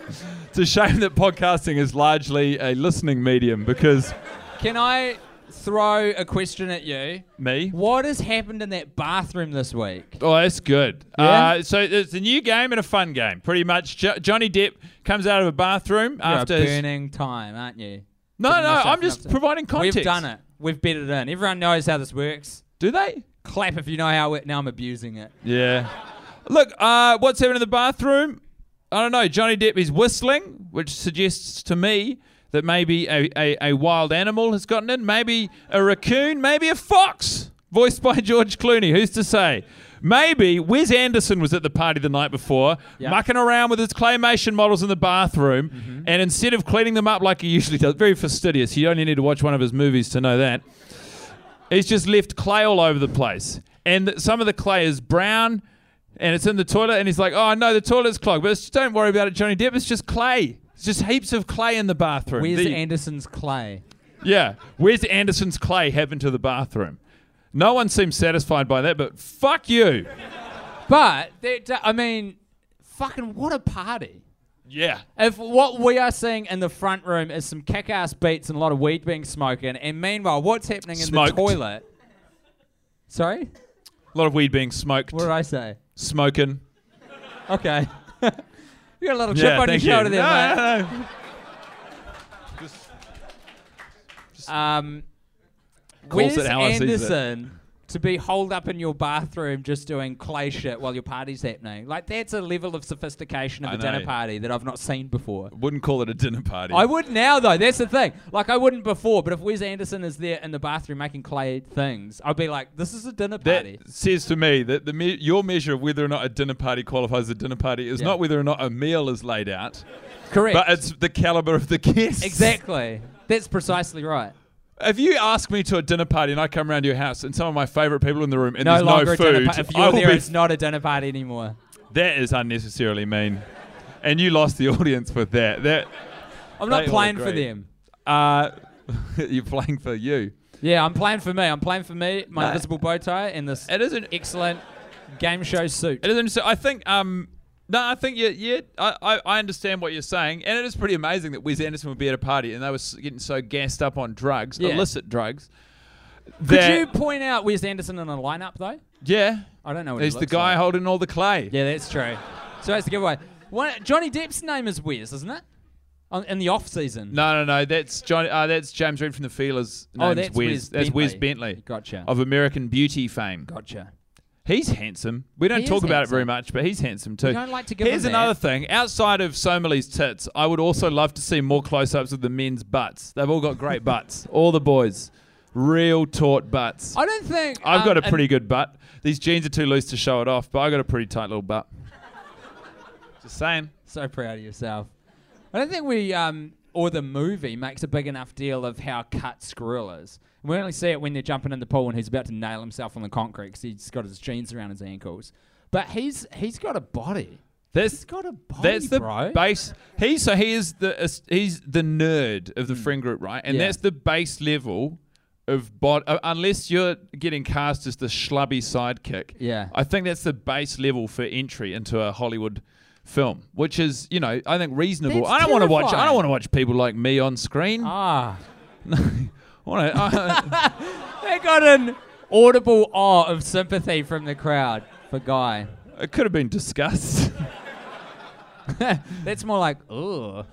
[SPEAKER 5] It's a shame that podcasting is largely a listening medium because
[SPEAKER 4] Can I throw a question at you?
[SPEAKER 5] me.
[SPEAKER 4] What has happened in that bathroom this week?
[SPEAKER 5] Oh, that's good.
[SPEAKER 4] Yeah?
[SPEAKER 5] Uh, so it's a new game and a fun game, pretty much. Jo- Johnny Depp comes out of a bathroom after.
[SPEAKER 4] You're a
[SPEAKER 5] his-
[SPEAKER 4] burning time, aren't you?
[SPEAKER 5] no,
[SPEAKER 4] Putting
[SPEAKER 5] no,
[SPEAKER 4] yourself
[SPEAKER 5] I'm
[SPEAKER 4] in
[SPEAKER 5] just
[SPEAKER 4] upset.
[SPEAKER 5] providing context.
[SPEAKER 4] We've done it. We've bet it in. Everyone knows how this works.
[SPEAKER 5] Do they?
[SPEAKER 4] Clap if you know how it. Now I'm abusing it.
[SPEAKER 5] Yeah. Look, uh, what's happening in the bathroom? I don't know. Johnny Depp is whistling, which suggests to me that maybe a, a, a wild animal has gotten in. Maybe a raccoon. Maybe a fox, voiced by George Clooney. Who's to say? Maybe Wes Anderson was at the party the night before,
[SPEAKER 4] Yeah.
[SPEAKER 5] mucking around with his claymation models in the bathroom, and instead of cleaning them up like he usually does, very fastidious. You only need to watch one of his movies to know that. It's just left clay all over the place. And th- some of the clay is brown and it's in the toilet. And he's like, oh, no, the toilet's clogged. But it's, don't worry about it, Johnny Depp. It's just clay. It's just heaps of clay in the bathroom.
[SPEAKER 4] Where's
[SPEAKER 5] The-
[SPEAKER 4] Anderson's clay?
[SPEAKER 5] yeah. Where's Anderson's clay happened to the bathroom? No one seems satisfied by that, but fuck you.
[SPEAKER 4] But that, I mean, fucking what a party!
[SPEAKER 5] Yeah.
[SPEAKER 4] If what we are seeing in the front room is some kick-ass beats and a lot of weed being smoking, and meanwhile, what's happening in
[SPEAKER 5] Smoked.
[SPEAKER 4] the toilet? Sorry,
[SPEAKER 5] A lot of weed being smoked.
[SPEAKER 4] what did I say?
[SPEAKER 5] Smoking.
[SPEAKER 4] Okay, you got a little chip on your
[SPEAKER 5] thank
[SPEAKER 4] shoulder there,
[SPEAKER 5] No,
[SPEAKER 4] mate.
[SPEAKER 5] no, no.
[SPEAKER 4] Um,
[SPEAKER 5] Calls
[SPEAKER 4] Wes
[SPEAKER 5] it how I sees it.
[SPEAKER 4] Anderson to be holed up in your bathroom just doing clay shit while your party's happening. Like that's a level of sophistication of
[SPEAKER 5] I
[SPEAKER 4] a dinner
[SPEAKER 5] know.
[SPEAKER 4] party that I've not seen before.
[SPEAKER 5] Wouldn't call it a dinner party.
[SPEAKER 4] I would now though. That's the thing. Like I wouldn't before, but if Wes Anderson is there in the bathroom making clay things, I'd be like, "This is a dinner
[SPEAKER 5] That
[SPEAKER 4] party."
[SPEAKER 5] says to me that the me- your measure of whether or not a dinner party qualifies as a dinner party is
[SPEAKER 4] Yeah.
[SPEAKER 5] not whether or not a meal is laid out,
[SPEAKER 4] Correct.
[SPEAKER 5] but it's the caliber of the guests.
[SPEAKER 4] exactly. That's precisely right.
[SPEAKER 5] If you ask me to a dinner party and I come around to your house and some of my favourite people in the room and
[SPEAKER 4] No
[SPEAKER 5] there's
[SPEAKER 4] longer
[SPEAKER 5] no
[SPEAKER 4] a dinner
[SPEAKER 5] food,
[SPEAKER 4] party. If
[SPEAKER 5] I
[SPEAKER 4] you're
[SPEAKER 5] will
[SPEAKER 4] there,
[SPEAKER 5] be-
[SPEAKER 4] it's not a dinner party anymore.
[SPEAKER 5] that is unnecessarily mean. And you lost the audience with that. That
[SPEAKER 4] I'm not
[SPEAKER 5] They all
[SPEAKER 4] playing for
[SPEAKER 5] agree.
[SPEAKER 4] them.
[SPEAKER 5] uh, you're playing for you.
[SPEAKER 4] Yeah, I'm playing for me. I'm playing for me, my invisible bow tie, and this
[SPEAKER 5] It isn't.
[SPEAKER 4] excellent game show suit.
[SPEAKER 5] It is interesting. I think. Um, no, I think yeah, yeah. I, I, I understand what you're saying, and it is pretty amazing that Wes Anderson would be at a party and they were s- getting so gassed up on drugs,
[SPEAKER 4] Yeah.
[SPEAKER 5] illicit drugs.
[SPEAKER 4] Could you
[SPEAKER 5] that-
[SPEAKER 4] point out Wes Anderson in a lineup though?
[SPEAKER 5] Yeah,
[SPEAKER 4] I don't know. What he
[SPEAKER 5] he's the
[SPEAKER 4] looks
[SPEAKER 5] guy
[SPEAKER 4] Like.
[SPEAKER 5] holding all the clay.
[SPEAKER 4] Yeah, that's true. So that's the giveaway. One, Johnny Depp's name is Wes, isn't it? On, in the off season.
[SPEAKER 5] No, no, no. That's John. Uh, that's James Reed from the Feelers.
[SPEAKER 4] Oh,
[SPEAKER 5] Name's
[SPEAKER 4] that's Wes
[SPEAKER 5] That's Wes
[SPEAKER 4] Bentley.
[SPEAKER 5] Bentley
[SPEAKER 4] Gotcha.
[SPEAKER 5] of American Beauty fame.
[SPEAKER 4] Gotcha.
[SPEAKER 5] He's handsome. We don't
[SPEAKER 4] He
[SPEAKER 5] talk
[SPEAKER 4] is
[SPEAKER 5] about it very
[SPEAKER 4] handsome.
[SPEAKER 5] much, but he's handsome too.
[SPEAKER 4] We don't like to give
[SPEAKER 5] Here's
[SPEAKER 4] him that.
[SPEAKER 5] another thing. Outside of Somali's tits, I would also love to see more close-ups of the men's butts. They've all got great butts. All the boys, real taut butts.
[SPEAKER 4] I don't think
[SPEAKER 5] I've
[SPEAKER 4] um,
[SPEAKER 5] got a
[SPEAKER 4] an-
[SPEAKER 5] pretty good butt. These jeans are too loose to show it off, but I got a pretty tight little butt. Just saying.
[SPEAKER 4] So proud of yourself. I don't think we um, or the movie makes a big enough deal of how cut Skrill is. We only see it when they're jumping in the pool and he's about to nail himself on the concrete because he's got his jeans around his ankles. But he's he's got a body.
[SPEAKER 5] That's
[SPEAKER 4] He's got a body,
[SPEAKER 5] That's the
[SPEAKER 4] bro.
[SPEAKER 5] base. He so he is the is- he's the nerd of the friend group, right? And
[SPEAKER 4] Mm. Yeah.
[SPEAKER 5] that's the base level of bod. Uh, unless you're getting cast as the schlubby sidekick,
[SPEAKER 4] Yeah.
[SPEAKER 5] I think that's the base level for entry into a Hollywood film, which is you know I think reasonable.
[SPEAKER 4] That's
[SPEAKER 5] I don't want to watch. I
[SPEAKER 4] terrifying.
[SPEAKER 5] don't want to watch people like me on screen.
[SPEAKER 4] ah,
[SPEAKER 5] I wanna, uh, I-
[SPEAKER 4] they got an audible awe of sympathy from the crowd for Guy.
[SPEAKER 5] it could have been discussed.
[SPEAKER 4] That's more like ugh.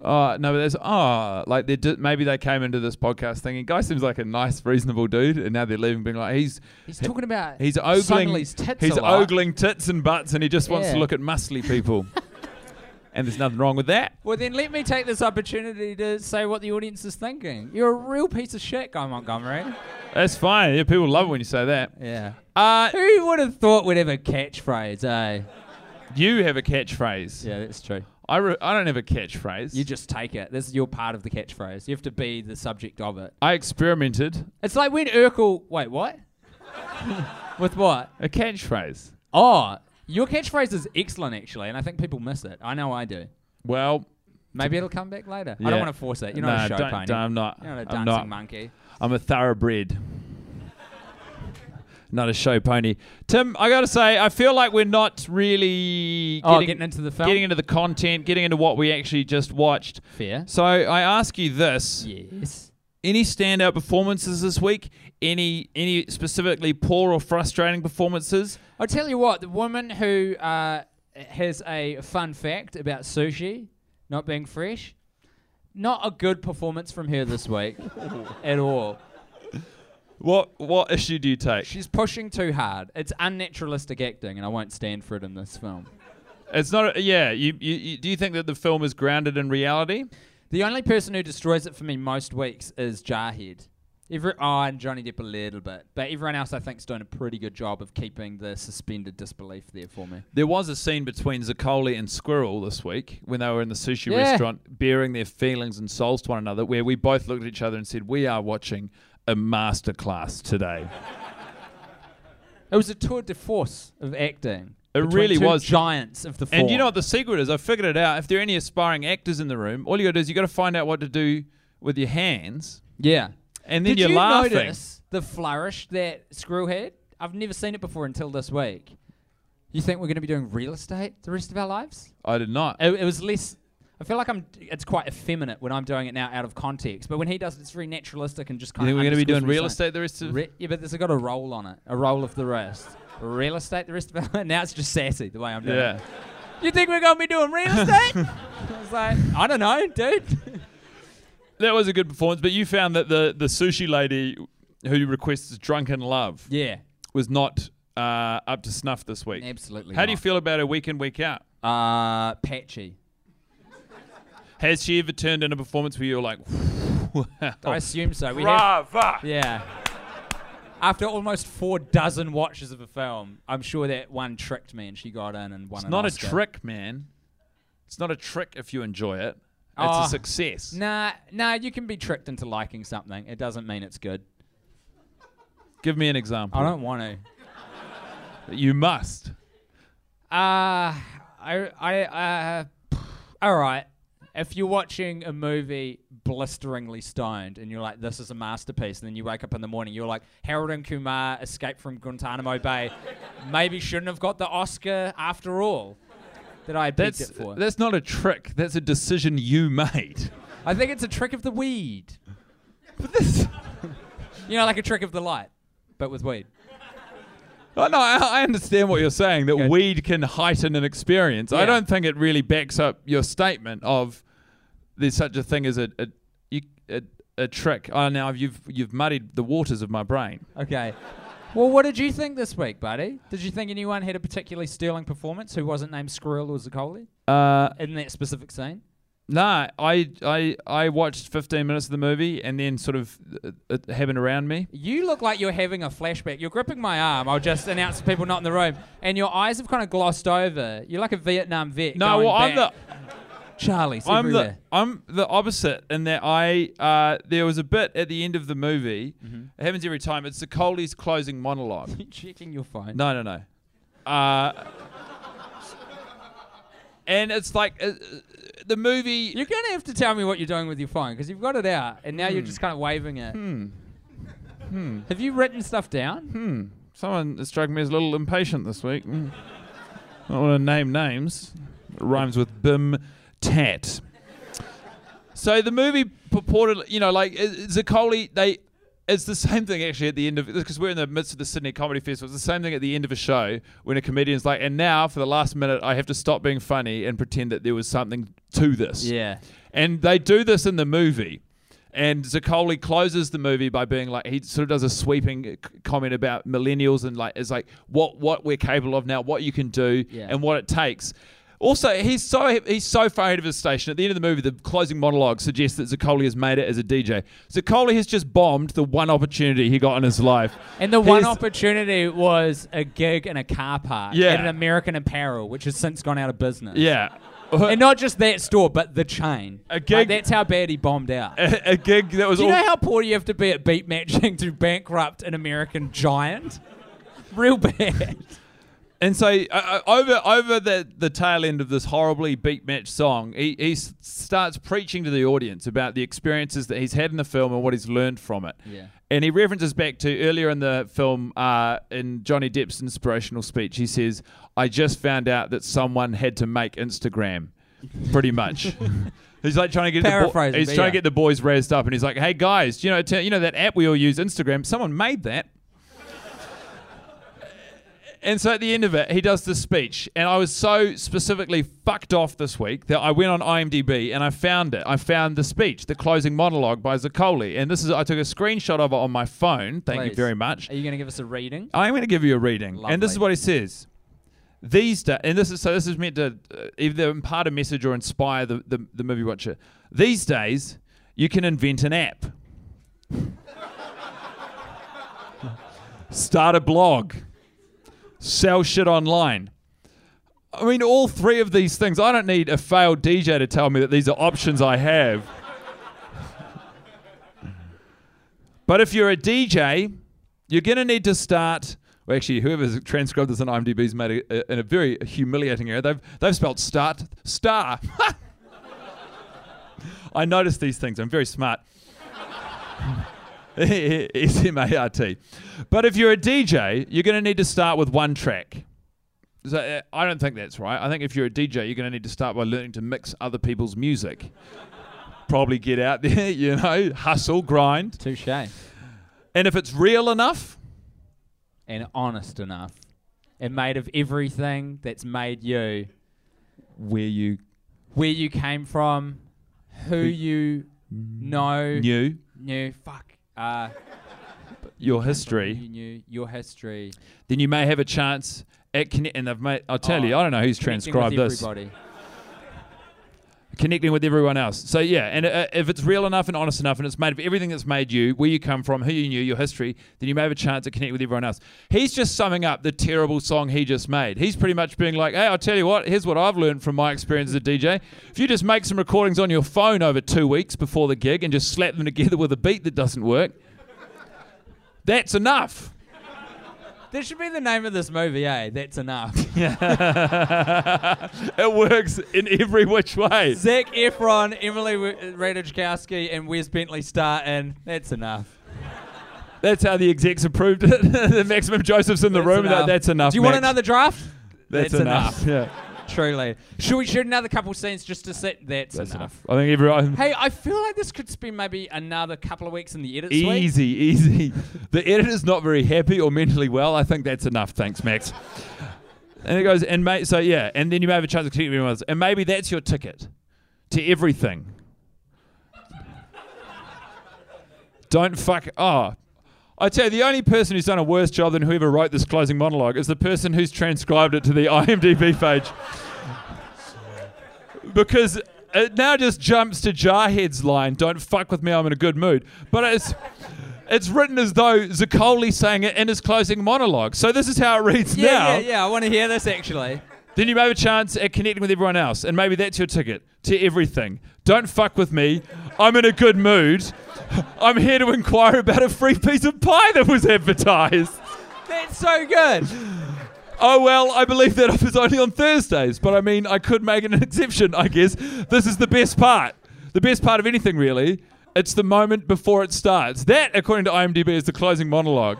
[SPEAKER 5] Oh no, but there's oh like they did, maybe they came into this podcast thinking guy seems like a nice, reasonable dude, and now they're leaving being like he's
[SPEAKER 4] He's talking about
[SPEAKER 5] He's ogling
[SPEAKER 4] Summerlee's tits
[SPEAKER 5] he's
[SPEAKER 4] a lot.
[SPEAKER 5] ogling tits and butts, and he just wants to
[SPEAKER 4] Yeah.
[SPEAKER 5] look at muscly people. and there's nothing wrong with that.
[SPEAKER 4] Well, then let me take this opportunity to say what the audience is thinking. You're a real piece of shit, Guy Montgomery.
[SPEAKER 5] That's fine. Yeah, people love it when you say that.
[SPEAKER 4] Yeah.
[SPEAKER 5] Uh,
[SPEAKER 4] Who would have thought we'd have a catchphrase, eh?
[SPEAKER 5] you have a catchphrase.
[SPEAKER 4] Yeah, that's true.
[SPEAKER 5] I, re- I don't have a catchphrase.
[SPEAKER 4] You just take it. This is your part of the catchphrase. You have to be the subject of it.
[SPEAKER 5] I experimented
[SPEAKER 4] It's like when Urkel. Wait, what? With what?
[SPEAKER 5] a catchphrase.
[SPEAKER 4] Oh, your catchphrase is excellent, actually, and I think people miss it. I know I do.
[SPEAKER 5] Well,
[SPEAKER 4] Maybe it'll come back later. I
[SPEAKER 5] Yeah.
[SPEAKER 4] don't want to force it. You're not
[SPEAKER 5] Nah,
[SPEAKER 4] a show
[SPEAKER 5] don't-
[SPEAKER 4] pony.
[SPEAKER 5] don't- I'm not.
[SPEAKER 4] You're not a
[SPEAKER 5] I'm
[SPEAKER 4] dancing
[SPEAKER 5] not.
[SPEAKER 4] monkey.
[SPEAKER 5] I'm a thoroughbred. Not a show pony. Tim, I gotta say, I feel like we're not really
[SPEAKER 4] Oh, getting into the film?
[SPEAKER 5] getting into the content, getting into what we actually just watched.
[SPEAKER 4] Fair.
[SPEAKER 5] So I ask you this:
[SPEAKER 4] Yes.
[SPEAKER 5] any standout performances this week? Any any specifically poor or frustrating performances?
[SPEAKER 4] I'll tell you what, the woman who uh, has a fun fact about sushi not being fresh, not a good performance from her this week at all.
[SPEAKER 5] What what issue do you take?
[SPEAKER 4] She's pushing too hard. It's unnaturalistic acting, and I won't stand for it in this film.
[SPEAKER 5] It's not. A, yeah. You, you, you do you think that the film is grounded in reality?
[SPEAKER 4] The only person who destroys it for me most weeks is Jarhead. Every oh, and Johnny Depp a little bit, but everyone else I think's doing a pretty good job of keeping the suspended disbelief there for me.
[SPEAKER 5] There was a scene between Zaccoli and Squirrel this week when they were in the sushi
[SPEAKER 4] Yeah.
[SPEAKER 5] restaurant, bearing their feelings and souls to one another, where we both looked at each other and said, "We are watching a masterclass today."
[SPEAKER 4] It was a tour de force of acting.
[SPEAKER 5] It
[SPEAKER 4] between
[SPEAKER 5] really
[SPEAKER 4] two
[SPEAKER 5] was.
[SPEAKER 4] giants of the form.
[SPEAKER 5] And you know what the secret is? I figured it out. If there are any aspiring actors in the room, all you got to do is you got to find out what to do with your hands,
[SPEAKER 4] Yeah.
[SPEAKER 5] and then
[SPEAKER 4] Did
[SPEAKER 5] you're
[SPEAKER 4] you
[SPEAKER 5] laughing.
[SPEAKER 4] notice the flourish that Screw had? I've never seen it before until this week. You think we're going to be doing real estate the rest of our lives?
[SPEAKER 5] I did not.
[SPEAKER 4] It, it was less. I feel like I'm. It's quite effeminate when I'm doing it now out of context. But when he does it, it's very naturalistic and just
[SPEAKER 5] You
[SPEAKER 4] kind
[SPEAKER 5] think
[SPEAKER 4] of.
[SPEAKER 5] we're going to be
[SPEAKER 4] underscores
[SPEAKER 5] doing real estate
[SPEAKER 4] what he's saying.
[SPEAKER 5] the rest of?
[SPEAKER 4] Re- yeah, but it's got a roll on it, a roll of the wrist. Real estate the rest of our Now it's just sassy the way I'm doing
[SPEAKER 5] yeah.
[SPEAKER 4] it. You think we're going to be doing real estate? I was like, I don't know, dude.
[SPEAKER 5] That was a good performance, but you found that the, the sushi lady who requests drunken love
[SPEAKER 4] yeah,
[SPEAKER 5] was not uh, up to snuff this week.
[SPEAKER 4] absolutely.
[SPEAKER 5] How do you
[SPEAKER 4] not.
[SPEAKER 5] feel about her week in, week out?
[SPEAKER 4] Uh, patchy.
[SPEAKER 5] Has she ever turned in a performance where you're like, wow.
[SPEAKER 4] I assume so. We have, yeah. After almost four dozen watches of a film, I'm sure that one tricked me and she got in and won
[SPEAKER 5] it's
[SPEAKER 4] an
[SPEAKER 5] not a
[SPEAKER 4] Oscar.
[SPEAKER 5] trick, man. It's not a trick if you enjoy it. It's
[SPEAKER 4] Oh.
[SPEAKER 5] a success.
[SPEAKER 4] Nah, nah, you can be tricked into liking something. It doesn't mean it's good.
[SPEAKER 5] Give me an example.
[SPEAKER 4] I don't want to.
[SPEAKER 5] You must.
[SPEAKER 4] Uh, I, I, uh, all right. If you're watching a movie blisteringly stoned and you're like, this is a masterpiece, and then you wake up in the morning, you're like, Harold and Kumar escaped from Guantanamo Bay, maybe shouldn't have got the Oscar after all that I had begged
[SPEAKER 5] That's
[SPEAKER 4] it for.
[SPEAKER 5] that's not a trick. That's a decision you made.
[SPEAKER 4] I think it's a trick of the weed.
[SPEAKER 5] But this,
[SPEAKER 4] You know, like a trick of the light, but with weed.
[SPEAKER 5] oh no, I, I understand what you're saying. That
[SPEAKER 4] Okay.
[SPEAKER 5] weed can heighten an experience. I
[SPEAKER 4] Yeah.
[SPEAKER 5] don't think it really backs up your statement of there's such a thing as a a, you, a, a trick. Oh, now you've you've muddied the waters of my brain.
[SPEAKER 4] Okay. Well, what did you think this week, buddy? Did you think anyone had a particularly sterling performance who wasn't named Skrill or Zaccoli
[SPEAKER 5] Uh,
[SPEAKER 4] in that specific scene?
[SPEAKER 5] Nah, I, I I watched 15 minutes of the movie and then sort of uh, it happened around me.
[SPEAKER 4] You look like you're having a flashback. You're gripping my arm. I'll just announce to people not in the room. And your eyes have kind of glossed over. You're like a Vietnam vet.
[SPEAKER 5] No,
[SPEAKER 4] going
[SPEAKER 5] well, I'm
[SPEAKER 4] back.
[SPEAKER 5] the
[SPEAKER 4] Charlie's
[SPEAKER 5] I'm the
[SPEAKER 4] everywhere.
[SPEAKER 5] I'm the opposite in that I uh, there was a bit at the end of the movie. It happens every time. It's the Coley's closing monologue.
[SPEAKER 4] You checking your phone.
[SPEAKER 5] No, no, no. Uh, and it's like uh, uh, the movie.
[SPEAKER 4] You're going to have to tell me what you're doing with your phone because you've got it out and now you're
[SPEAKER 5] Hmm.
[SPEAKER 4] just kind of waving it. Have you written stuff down?
[SPEAKER 5] Hmm. Someone has struck me as a little impatient this week. Mm. I don't want to name names. It rhymes with bim tat. So the movie purported, you know, like i- i- Zaccoli, they. It's the same thing actually at the end of because we're in the midst of the Sydney Comedy Festival. It's the same thing at the end of a show when a comedian's like, and now for the last minute, I have to stop being funny and pretend that there was something to this.
[SPEAKER 4] Yeah.
[SPEAKER 5] And they do this in the movie. And Zaccoli closes the movie by being like, he sort of does a sweeping c- comment about millennials and like, it's like what what we're capable of now, what you can do,
[SPEAKER 4] Yeah.
[SPEAKER 5] and what it takes. Also, he's so he's so far ahead of his station. At the end of the movie, the closing monologue suggests that Zaccoli has made it as a DJ. Zaccoli has just bombed the one opportunity he got in his life.
[SPEAKER 4] And the one
[SPEAKER 5] He's-
[SPEAKER 4] opportunity was a gig in a car park
[SPEAKER 5] Yeah.
[SPEAKER 4] at an American Apparel, which has since gone out of business.
[SPEAKER 5] Yeah.
[SPEAKER 4] And not just that store, but the chain.
[SPEAKER 5] A
[SPEAKER 4] Like,
[SPEAKER 5] gig-
[SPEAKER 4] that's how bad he bombed out.
[SPEAKER 5] a, a gig that was
[SPEAKER 4] Do you
[SPEAKER 5] all-
[SPEAKER 4] know how poor you have to be at beat matching to bankrupt an American giant? Real bad.
[SPEAKER 5] And so uh, uh, over over the, the tail end of this horribly beat match song, he, he s- starts preaching to the audience about the experiences that he's had in the film and what he's learned from it.
[SPEAKER 4] Yeah.
[SPEAKER 5] And he references back to earlier in the film, uh, in Johnny Depp's inspirational speech, he says, I just found out that someone had to make Instagram, pretty much. he's like trying to get the bo-
[SPEAKER 4] Paraphrasing,
[SPEAKER 5] he's
[SPEAKER 4] but
[SPEAKER 5] trying
[SPEAKER 4] yeah.
[SPEAKER 5] to get the boys raised up, and he's like, hey guys, you know, t- you know that app we all use, Instagram, someone made that. And so at the end of it, he does this speech, and I was so specifically fucked off this week that I went on IMDb and I found it. I found the speech, the closing monologue by Zaccoli, and this is I took a screenshot of it on my phone. Thank you
[SPEAKER 4] Please.
[SPEAKER 5] very much. Oh.
[SPEAKER 4] Are you going to give us a reading?
[SPEAKER 5] I'm going to give you a reading, and this
[SPEAKER 4] Lovely.
[SPEAKER 5] is what he says. These da- and this is so this is meant to uh, either impart a message or inspire the, the, the movie watcher. These days, you can invent an app, start a blog, sell shit online. I mean, all three of these things. I don't need a failed DJ to tell me that these are options I have. but if you're a DJ, you're going to need to start. Well, actually, whoever's transcribed this on IMDb's made a, a, in a very humiliating error. They've they've spelled start star. I notice these things. I'm very smart. S M A R T. But if you're a DJ, you're going to need to start with one track. So, uh, I don't think that's right. I think if you're a DJ, you're going to need to start by learning to mix other people's music. Probably get out there, you know, hustle, grind.
[SPEAKER 4] Touche. And
[SPEAKER 5] And if it's real enough,
[SPEAKER 4] honest enough. And made of everything that's made you.
[SPEAKER 5] where you
[SPEAKER 4] Where you came from. Who you know.
[SPEAKER 5] knew
[SPEAKER 4] Knew. Fuck. Uh,
[SPEAKER 5] your
[SPEAKER 4] You
[SPEAKER 5] history,
[SPEAKER 4] knew your history.
[SPEAKER 5] then you may have a chance at connect. And they've made, I'll tell you, I don't know who's
[SPEAKER 4] Oh, Connecting
[SPEAKER 5] transcribed
[SPEAKER 4] with
[SPEAKER 5] this.
[SPEAKER 4] Everybody.
[SPEAKER 5] Connecting with everyone else. So, yeah, and uh, if it's real enough and honest enough and it's made of everything that's made you, where you come from, who you knew, your history, then you may have a chance to connect with everyone else. He's just summing up the terrible song he just made. He's pretty much being like, hey, I'll tell you what, here's what I've learned from my experience as a DJ. If you just make some recordings on your phone over two weeks before the gig and just slap them together with a beat that doesn't work, that's enough.
[SPEAKER 4] That should be the name of this movie, eh? That's enough.
[SPEAKER 5] it works in every which way.
[SPEAKER 4] Zach Efron, Emily uh, Ratajkowski, and Wes Bentley star in That's Enough.
[SPEAKER 5] That's how the execs approved it. the maximum Joseph's in the
[SPEAKER 4] That's
[SPEAKER 5] room. That, that's enough.
[SPEAKER 4] Do you want
[SPEAKER 5] Max.
[SPEAKER 4] another draft?
[SPEAKER 5] That's, enough. Yeah,
[SPEAKER 4] Truly. Should we shoot another couple scenes just to sit? That's,
[SPEAKER 5] that's
[SPEAKER 4] enough.
[SPEAKER 5] enough. I think everyone.
[SPEAKER 4] Hey, I feel like this could spend maybe another couple of weeks in the edit suite.
[SPEAKER 5] Easy, easy. The editor's not very happy or mentally well. I think that's enough. Thanks, Max. And it goes, and mate, so yeah, and then you may have a chance to connect with everyone else. And maybe that's your ticket to everything. Don't fuck. Oh, I tell you, the only person who's done a worse job than whoever wrote this closing monologue is the person who's transcribed it to the IMDb page. because it now just jumps to Jarhead's line, "Don't fuck with me, I'm in a good mood." But it's it's written as though Zaccoli sang it in his closing monologue. So this is how it reads
[SPEAKER 4] Yeah,
[SPEAKER 5] now.
[SPEAKER 4] yeah, yeah. I want to hear this actually.
[SPEAKER 5] Then you may have a chance at connecting with everyone else, and maybe that's your ticket to everything. Don't fuck with me. I'm in a good mood. I'm here to inquire about a free piece of pie that was advertised.
[SPEAKER 4] That's so good.
[SPEAKER 5] Oh well, I believe that offer's only on Thursdays, but I mean, I could make an exception, I guess. This is the best part. The best part of anything, really. It's the moment before it starts. That, according to IMDb, is the closing monologue.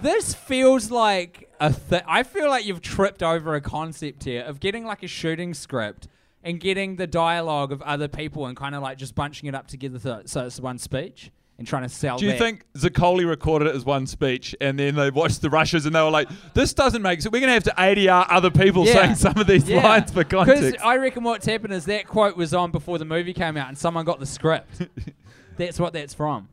[SPEAKER 4] This feels like a thi- I feel like you've tripped over a concept here of getting like a shooting script and getting the dialogue of other people and kind of like just bunching it up together so- so it's one speech and trying to sell
[SPEAKER 5] Do you
[SPEAKER 4] that.
[SPEAKER 5] think Zaccoli recorded it as one speech and then they watched the rushes and they were like, this doesn't make sense. We're going to have to ADR other people
[SPEAKER 4] Yeah.
[SPEAKER 5] saying some of these
[SPEAKER 4] Yeah.
[SPEAKER 5] lines for
[SPEAKER 4] 'Cause
[SPEAKER 5] context.
[SPEAKER 4] I reckon what's happened is that quote was on before the movie came out and someone got the script. that's what that's from.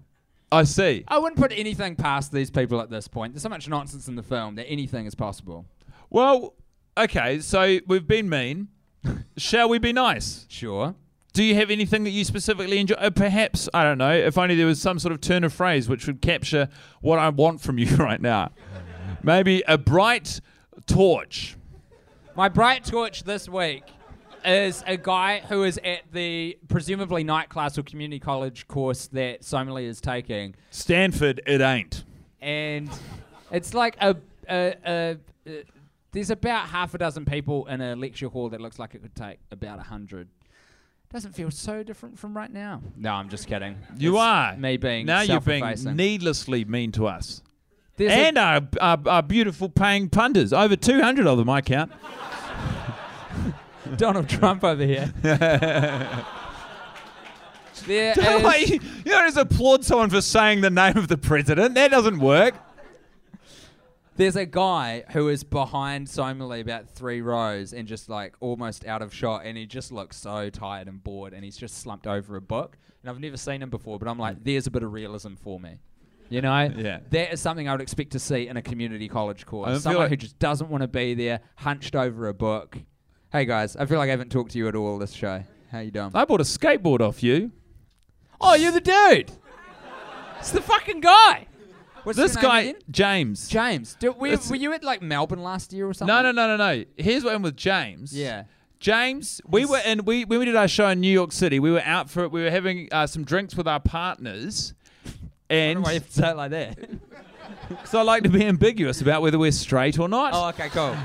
[SPEAKER 5] I see.
[SPEAKER 4] I wouldn't put anything past these people at this point. There's so much nonsense in the film that anything is possible.
[SPEAKER 5] Well, okay, so we've been mean. Shall we be nice?
[SPEAKER 4] Sure.
[SPEAKER 5] Do you have anything that you specifically enjoy? Uh, perhaps I don't know. If only there was some sort of turn of phrase which would capture what I want from you right now. Maybe a bright torch.
[SPEAKER 4] My bright torch this week is a guy who is at the presumably night class or community college course that Somali is taking,
[SPEAKER 5] Stanford, it ain't.
[SPEAKER 4] and it's like a, a, a, a There's about half a dozen people in a lecture hall that looks like it could take about a hundred. Doesn't feel so different from right now. No, I'm just kidding.
[SPEAKER 5] You
[SPEAKER 4] It's
[SPEAKER 5] are
[SPEAKER 4] me being
[SPEAKER 5] now. You're being
[SPEAKER 4] self-effacing.
[SPEAKER 5] needlessly mean to us,
[SPEAKER 4] There's a-
[SPEAKER 5] and our, our our beautiful paying pundits. Over 200 of them, I count.
[SPEAKER 4] Donald Trump over here. there
[SPEAKER 5] Wait,
[SPEAKER 4] is,
[SPEAKER 5] you don't just applaud someone for saying the name of the president. That doesn't work.
[SPEAKER 4] there's a guy who is behind Somali about three rows and just like almost out of shot, and he just looks so tired and bored, and he's just slumped over a book. And I've never seen him before, but I'm like, there's a bit of realism for me. You know,
[SPEAKER 5] Mm. Yeah.
[SPEAKER 4] that is something I would expect to see in a community college course.
[SPEAKER 5] I feel
[SPEAKER 4] Someone
[SPEAKER 5] like-
[SPEAKER 4] who just doesn't want to be there, hunched over a book. Hey guys, I feel like I haven't talked to you at all this show. How you doing?
[SPEAKER 5] I bought a skateboard off you.
[SPEAKER 4] Oh, you're the dude. It's the fucking guy. What's
[SPEAKER 5] This
[SPEAKER 4] your name
[SPEAKER 5] guy,
[SPEAKER 4] again?
[SPEAKER 5] James.
[SPEAKER 4] James. Do, were,
[SPEAKER 5] It's-
[SPEAKER 4] were you at like Melbourne last year or something?
[SPEAKER 5] no, no, no, no, no. Here's what I'm with James.
[SPEAKER 4] Yeah.
[SPEAKER 5] James, we were and we when we did our show in New York City, we were out for it. We were having uh, some drinks with our partners, and
[SPEAKER 4] Why you have to say it like that?
[SPEAKER 5] because I like to be ambiguous about whether we're straight or not.
[SPEAKER 4] oh, okay, cool.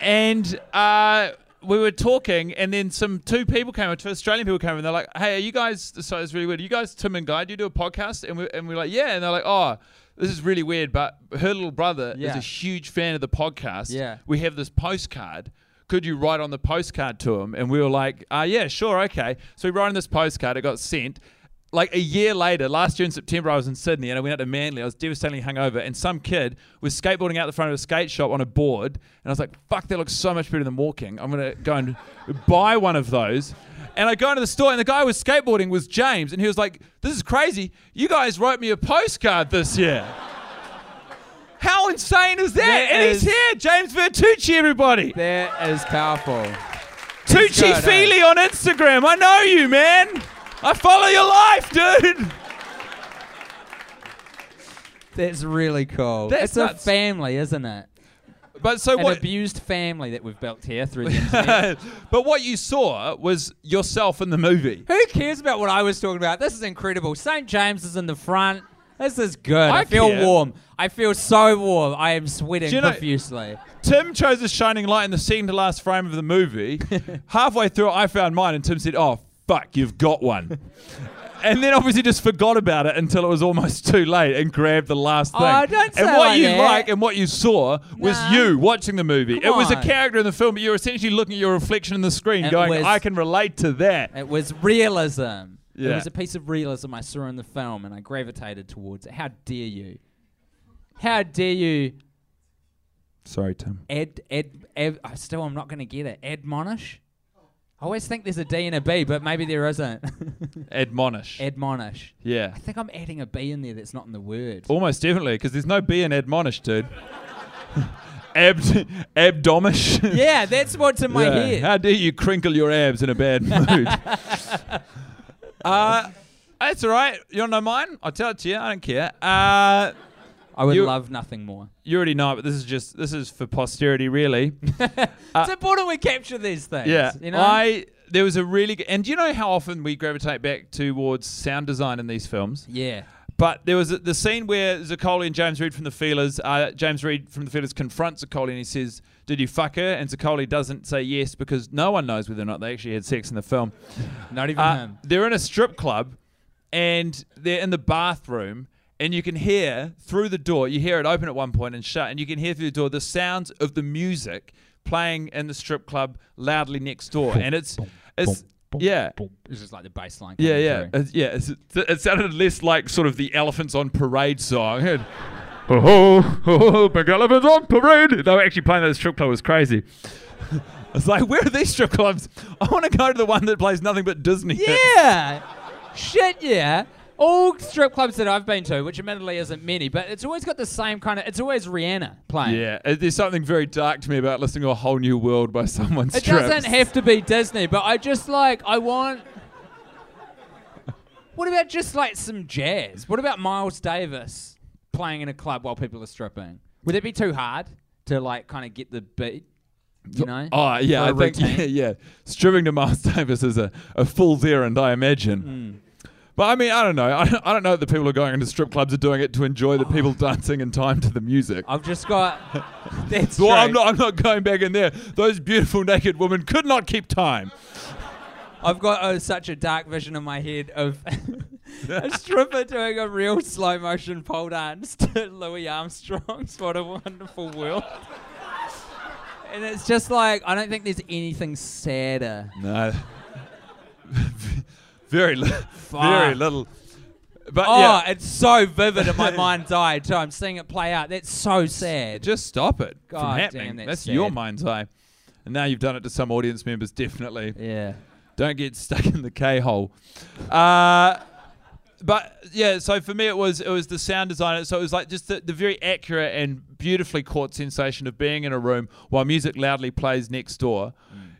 [SPEAKER 5] and uh, we were talking, and then some two people came, up, two Australian people came, up, and they're like, "Hey, are you guys?" So it's really weird. Are you guys Tim and Guy? Do you do a podcast? And we and we're like, "Yeah." And they're like, "Oh." This is really weird, but her little brother is
[SPEAKER 4] Yeah.
[SPEAKER 5] a huge fan of the podcast.
[SPEAKER 4] Yeah.
[SPEAKER 5] We have this postcard. Could you write on the postcard to him? And we were like, uh, yeah, sure, okay. So we wrote on this postcard. It got sent. Like a year later, last year in September, I was in Sydney and I went out to Manly. I was devastatingly hungover, and some kid was skateboarding out the front of a skate shop on a board. And I was like, fuck, that looks so much better than walking. I'm going to go and buy one of those. And I go into the store, and the guy who was skateboarding was James. And he was like, this is crazy. You guys wrote me a postcard this year. How insane is that?
[SPEAKER 4] That
[SPEAKER 5] and
[SPEAKER 4] is-
[SPEAKER 5] he's here, James Vertucci, everybody.
[SPEAKER 4] That is powerful.
[SPEAKER 5] Tucci
[SPEAKER 4] good, eh?
[SPEAKER 5] Feely on Instagram. I know you, man. I follow your life, dude.
[SPEAKER 4] That's really cool.
[SPEAKER 5] That's
[SPEAKER 4] it's
[SPEAKER 5] nuts.
[SPEAKER 4] a family, isn't it?
[SPEAKER 5] But so
[SPEAKER 4] An
[SPEAKER 5] what?
[SPEAKER 4] abused family that we've built here through the internet.
[SPEAKER 5] but what you saw was yourself in the movie.
[SPEAKER 4] Who cares about what I was talking about? This is incredible. St. James is in the front. This is good. I,
[SPEAKER 5] I
[SPEAKER 4] feel
[SPEAKER 5] care.
[SPEAKER 4] warm. I feel so warm. I am sweating
[SPEAKER 5] Do you know-
[SPEAKER 4] profusely.
[SPEAKER 5] Tim chose a shining light in the second to last frame of the movie. Halfway through, I found mine, and Tim said, "Oh fuck, you've got one." And then obviously just forgot about it until it was almost too late and grabbed the last thing.
[SPEAKER 4] Oh, don't say
[SPEAKER 5] and what
[SPEAKER 4] like
[SPEAKER 5] you
[SPEAKER 4] that.
[SPEAKER 5] like and what you saw was
[SPEAKER 4] Nah.
[SPEAKER 5] you watching the movie.
[SPEAKER 4] Come
[SPEAKER 5] it was a
[SPEAKER 4] on.
[SPEAKER 5] character in the film, but you were essentially looking at your reflection in the screen,
[SPEAKER 4] It
[SPEAKER 5] going,
[SPEAKER 4] was-
[SPEAKER 5] "I can relate to that."
[SPEAKER 4] It was realism. It
[SPEAKER 5] Yeah.
[SPEAKER 4] was a piece of realism I saw in the film and I gravitated towards it. How dare you? How dare you
[SPEAKER 5] Sorry, Tim.
[SPEAKER 4] ad, ad, ad, I still I'm not going to get it. Admonish? I always think there's a D and a B, but maybe there isn't.
[SPEAKER 5] Admonish.
[SPEAKER 4] admonish.
[SPEAKER 5] yeah.
[SPEAKER 4] I think I'm adding a B in there that's not in the word.
[SPEAKER 5] Almost definitely, because there's no B in admonish, dude. Ab- abdomish.
[SPEAKER 4] yeah, that's what's in my
[SPEAKER 5] Yeah.
[SPEAKER 4] head.
[SPEAKER 5] How dare you crinkle your abs in a bad mood? uh, that's all right. You don't know mine? I'll tell it to you. I don't care. Uh,
[SPEAKER 4] I would
[SPEAKER 5] You-
[SPEAKER 4] love nothing more.
[SPEAKER 5] you already know it, but this is just this is for posterity, really.
[SPEAKER 4] it's important we capture these things.
[SPEAKER 5] yeah.
[SPEAKER 4] You know?
[SPEAKER 5] I there was a really good, and do you know how often we gravitate back towards sound design in these films?
[SPEAKER 4] yeah.
[SPEAKER 5] But there was a, the scene where Zaccoli and James Reed from the Feelers, uh, James Reed from the Feelers confronts Zaccoli and he says, "Did you fuck her?" And Zaccoli doesn't say yes because no one knows whether or not they actually had sex in the film.
[SPEAKER 4] Not even
[SPEAKER 5] Uh,
[SPEAKER 4] him.
[SPEAKER 5] they're in a strip club and they're in the bathroom and you can hear through the door you hear it open at one point and shut and you can hear through the door the sounds of the music playing in the strip club loudly next door and it's it's yeah
[SPEAKER 4] It's just like the baseline.
[SPEAKER 5] yeah
[SPEAKER 4] coming
[SPEAKER 5] yeah
[SPEAKER 4] through.
[SPEAKER 5] it's, yeah it's, it sounded less like sort of the elephants on parade song oh, oh, oh big elephants on parade they were actually playing that at the strip club it was crazy it's like where are these strip clubs i want to go to the one that plays nothing but disney hits.
[SPEAKER 4] Yeah. Shit, yeah. All strip clubs that I've been to, which admittedly isn't many, but it's always got the same kind of. It's always Rihanna playing.
[SPEAKER 5] Yeah, uh, there's something very dark to me about listening to a whole new world by someone.
[SPEAKER 4] It
[SPEAKER 5] strips.
[SPEAKER 4] doesn't have to be Disney, but I just like. I want. What about just like some jazz? What about Miles Davis playing in a club while people are stripping? Would it be too hard to like kind of get the beat? You know?
[SPEAKER 5] Oh yeah,
[SPEAKER 4] For
[SPEAKER 5] I
[SPEAKER 4] a
[SPEAKER 5] think yeah,
[SPEAKER 4] routine? Hmm.
[SPEAKER 5] yeah. Stripping to Miles Davis is a, a fool's errand, I imagine. But I mean, I don't know. I don't, I don't know that the people who are going into strip clubs are doing it to enjoy the people dancing in time to the music.
[SPEAKER 4] I've just got. That's
[SPEAKER 5] Well, I'm
[SPEAKER 4] true.
[SPEAKER 5] not, I'm not going back in there. Those beautiful naked women could not keep time.
[SPEAKER 4] I've got oh, such a dark vision in my head of a stripper doing a real slow motion pole dance to Louis Armstrong's What a Wonderful World. and it's just like, I don't think there's anything sadder.
[SPEAKER 5] No. very, li- very
[SPEAKER 4] Fuck.
[SPEAKER 5] little. But
[SPEAKER 4] Oh,
[SPEAKER 5] yeah,
[SPEAKER 4] it's so vivid in my mind's eye, too. I'm seeing it play out. That's so sad.
[SPEAKER 5] just stop it
[SPEAKER 4] God
[SPEAKER 5] from happening.
[SPEAKER 4] damn, that's
[SPEAKER 5] that's your
[SPEAKER 4] sad.
[SPEAKER 5] mind's eye. And now you've done it to some audience members, definitely.
[SPEAKER 4] yeah.
[SPEAKER 5] Don't get stuck in the K hole. Uh, but yeah, so for me it was it was the sound design. So it was like just the, the very accurate and beautifully caught sensation of being in a room while music loudly plays next door.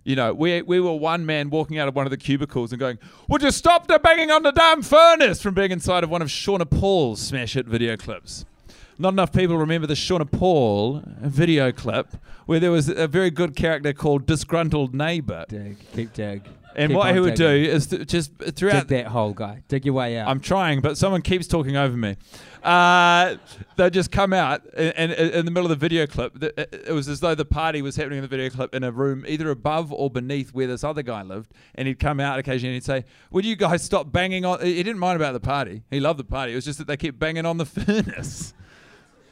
[SPEAKER 5] You know, we we were one man walking out of one of the cubicles and going, "Would you stop the banging on the damn furnace?" From being inside of one of Shauna Paul's smash hit video clips. Not enough people remember the Shauna Paul video clip where there was a very good character called Disgruntled Neighbor.
[SPEAKER 4] Dig. Keep dig.
[SPEAKER 5] And
[SPEAKER 4] Keep
[SPEAKER 5] what
[SPEAKER 4] on
[SPEAKER 5] he would do
[SPEAKER 4] digging.
[SPEAKER 5] is th- just
[SPEAKER 4] Dig
[SPEAKER 5] throughout.
[SPEAKER 4] that hole, guy. Dig your way out.
[SPEAKER 5] I'm trying, but someone keeps talking over me. Uh, they'd just come out, and, and in the middle of the video clip, th- it it was as though the party was happening in the video clip in a room either above or beneath where this other guy lived. And he'd come out occasionally and he'd say, Would you guys stop banging on? He he didn't mind about the party, he loved the party. It was just that they kept banging on the furnace.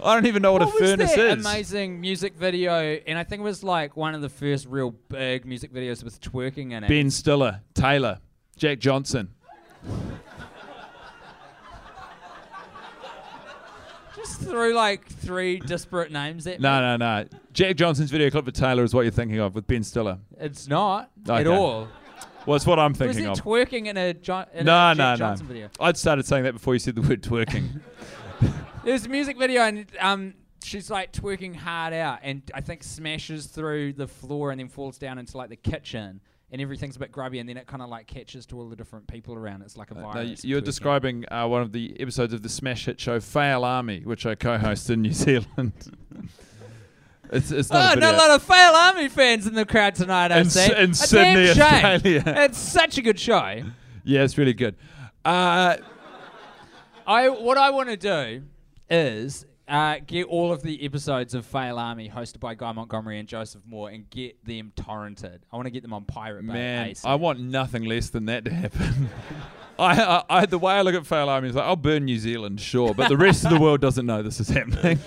[SPEAKER 5] I don't even know what,
[SPEAKER 4] What
[SPEAKER 5] a
[SPEAKER 4] was
[SPEAKER 5] furnace
[SPEAKER 4] that
[SPEAKER 5] is.
[SPEAKER 4] amazing music video, and I think it was like one of the first real big music videos with twerking in it.
[SPEAKER 5] Ben Stiller, Taylor, Jack Johnson.
[SPEAKER 4] Just threw like three disparate names at me.
[SPEAKER 5] No, no, no. Jack Johnson's video clip for Taylor is what you're thinking of with Ben Stiller.
[SPEAKER 4] It's not at
[SPEAKER 5] Okay.
[SPEAKER 4] all.
[SPEAKER 5] Well, it's what I'm
[SPEAKER 4] Was
[SPEAKER 5] thinking
[SPEAKER 4] it
[SPEAKER 5] of.
[SPEAKER 4] twerking in a, John, in
[SPEAKER 5] no,
[SPEAKER 4] a Jack
[SPEAKER 5] no, no.
[SPEAKER 4] Johnson video?
[SPEAKER 5] I'd started saying that before you said the word twerking.
[SPEAKER 4] There was a music video, and um, she's like twerking hard out, and I think smashes through the floor and then falls down into like the kitchen. And everything's a bit grubby, and then it kind of like catches to all the different people around. It's like a
[SPEAKER 5] No,
[SPEAKER 4] virus.
[SPEAKER 5] Uh, you're
[SPEAKER 4] twerking.
[SPEAKER 5] describing uh, one of the episodes of the smash hit show Fail Army, which I co-host in New Zealand. it's it's not
[SPEAKER 4] Oh,
[SPEAKER 5] a video.
[SPEAKER 4] not a lot of Fail Army fans in the crowd tonight, I
[SPEAKER 5] In
[SPEAKER 4] see.
[SPEAKER 5] S- in
[SPEAKER 4] A damn
[SPEAKER 5] Sydney,
[SPEAKER 4] shame.
[SPEAKER 5] Australia.
[SPEAKER 4] It's such a good show.
[SPEAKER 5] yeah, it's really good. Uh,
[SPEAKER 4] I What I want to do is uh, get all of the episodes of Fail Army hosted by Guy Montgomery and Joseph Moore and get them torrented. I want to get them on Pirate Bay.
[SPEAKER 5] man,
[SPEAKER 4] ASAP.
[SPEAKER 5] I want nothing less than that to happen. I, I, I the way I look at Fail Army is like I'll burn New Zealand, sure, but the rest of the world doesn't know this is happening.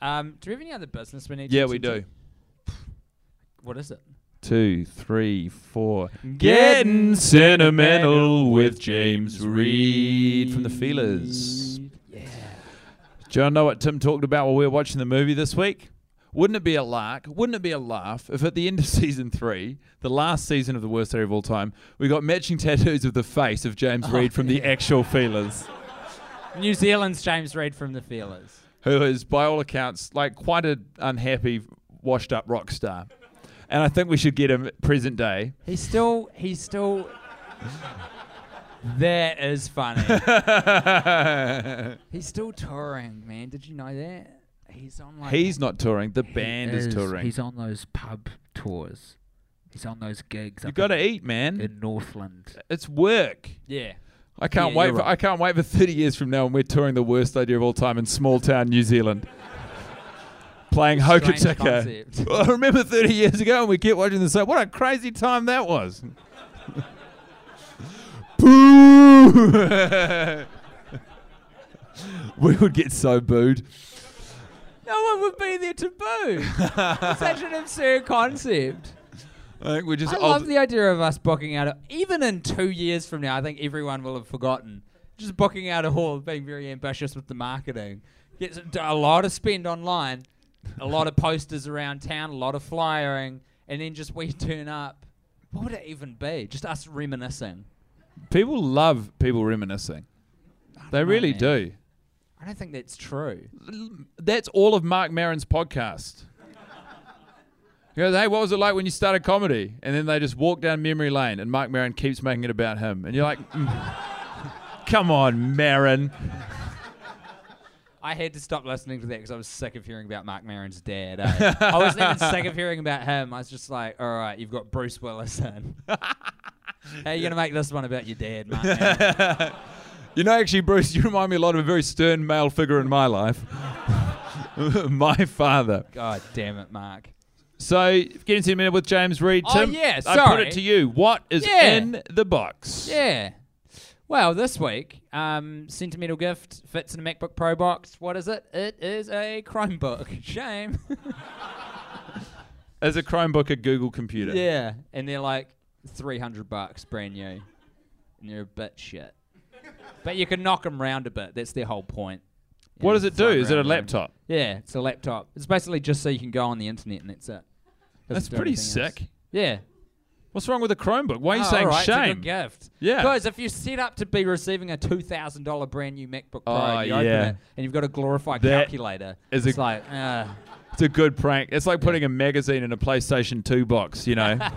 [SPEAKER 4] um, do we have any other business we need to
[SPEAKER 5] yeah, we
[SPEAKER 4] attend to?
[SPEAKER 5] do.
[SPEAKER 4] What is it?
[SPEAKER 5] two, three, four.
[SPEAKER 4] Getting sentimental
[SPEAKER 5] with James Reed from the Feelers. Do you know what Tim talked about while we were watching the movie this week? Wouldn't it be a lark? Wouldn't it be a laugh if at the end of season three, the last season of the worst series of all time, we got matching tattoos of the face of James Reed from the actual Feelers,
[SPEAKER 4] New Zealand's James Reid from the Feelers.
[SPEAKER 5] who is, by all accounts, like quite an unhappy, washed up rock star. And I think we should get him present day.
[SPEAKER 4] He's still. He's still. that is funny. he's still touring, man. Did you know that? He's on like.
[SPEAKER 5] He's not touring, the
[SPEAKER 4] he
[SPEAKER 5] band is, touring.
[SPEAKER 6] He's on those pub tours. He's on those gigs.
[SPEAKER 5] you
[SPEAKER 6] up
[SPEAKER 5] got to
[SPEAKER 6] in,
[SPEAKER 5] eat, man.
[SPEAKER 6] in Northland.
[SPEAKER 5] It's work.
[SPEAKER 4] Yeah.
[SPEAKER 5] I can't
[SPEAKER 4] Yeah,
[SPEAKER 5] wait.
[SPEAKER 4] you're
[SPEAKER 5] For,
[SPEAKER 4] right.
[SPEAKER 5] I can't wait for 30 years from now when we're touring the worst idea of all time in small town New Zealand, playing
[SPEAKER 4] Strange
[SPEAKER 5] Hokitika.
[SPEAKER 4] concept.
[SPEAKER 5] Well, I remember 30 years ago, and we kept watching this. Like, what a crazy time that was. Boo! we would get so booed.
[SPEAKER 4] No one would be there to boo. It's Such an absurd concept.
[SPEAKER 5] I think we're just.
[SPEAKER 4] I love the idea of us booking out, a, even in two years from now, I think everyone will have forgotten. Just booking out a hall, being very ambitious with the marketing. Gets a lot of spend online, a lot of posters around town, a lot of flyering, and then just we turn up. What would it even be? Just us reminiscing.
[SPEAKER 5] people love people reminiscing. They really
[SPEAKER 4] man.
[SPEAKER 5] do.
[SPEAKER 4] I don't think that's true.
[SPEAKER 5] That's all of Mark Maron's podcast. He goes, hey, what was it like when you started comedy? And then they just walk down memory lane, and Mark Maron keeps making it about him. And you're like, "Mm. come on, Maron.
[SPEAKER 4] I had to stop listening to that because I was sick of hearing about Mark Maron's dad. eh? I wasn't even sick of hearing about him. I was just like, all right, you've got Bruce Willis in. How you going to make this one about your dad, mate?
[SPEAKER 5] You know, actually, Bruce, you remind me a lot of a very stern male figure in my life. my father.
[SPEAKER 4] God damn it, Mark.
[SPEAKER 5] So, getting to the minute with James Reed.
[SPEAKER 4] Oh,
[SPEAKER 5] Tim,
[SPEAKER 4] yeah,
[SPEAKER 5] I put
[SPEAKER 4] sorry.
[SPEAKER 5] it to you. What is
[SPEAKER 4] Yeah.
[SPEAKER 5] in the box?
[SPEAKER 4] Yeah. Well, this week, um, sentimental gift fits in a MacBook Pro box. What is it? It is a Chromebook. Shame.
[SPEAKER 5] As a Chromebook, a Google computer.
[SPEAKER 4] yeah, and they're like 300 bucks brand new, and they're a bit shit. But you can knock them round a bit. That's their whole point.
[SPEAKER 5] What
[SPEAKER 4] Yeah,
[SPEAKER 5] does it do?
[SPEAKER 4] fuck
[SPEAKER 5] Is it a
[SPEAKER 4] around with 'em.
[SPEAKER 5] laptop?
[SPEAKER 4] Yeah, it's a laptop. It's basically just so you can go on the internet and that's it. Doesn't
[SPEAKER 5] That's
[SPEAKER 4] do
[SPEAKER 5] pretty
[SPEAKER 4] anything else.
[SPEAKER 5] sick.
[SPEAKER 4] Yeah.
[SPEAKER 5] What's wrong with a Chromebook? Why are you
[SPEAKER 4] Oh,
[SPEAKER 5] saying
[SPEAKER 4] all right, It's a
[SPEAKER 5] shame?
[SPEAKER 4] good gift.
[SPEAKER 5] Yeah.
[SPEAKER 4] Because if you set up to be receiving a two thousand dollar brand new MacBook Pro,
[SPEAKER 5] Oh,
[SPEAKER 4] and you open
[SPEAKER 5] yeah.
[SPEAKER 4] it and you've got a glorified
[SPEAKER 5] That
[SPEAKER 4] calculator,
[SPEAKER 5] is a-
[SPEAKER 4] it's like, uh,
[SPEAKER 5] It's a good prank. It's like putting a magazine in a PlayStation 2 box, you know. that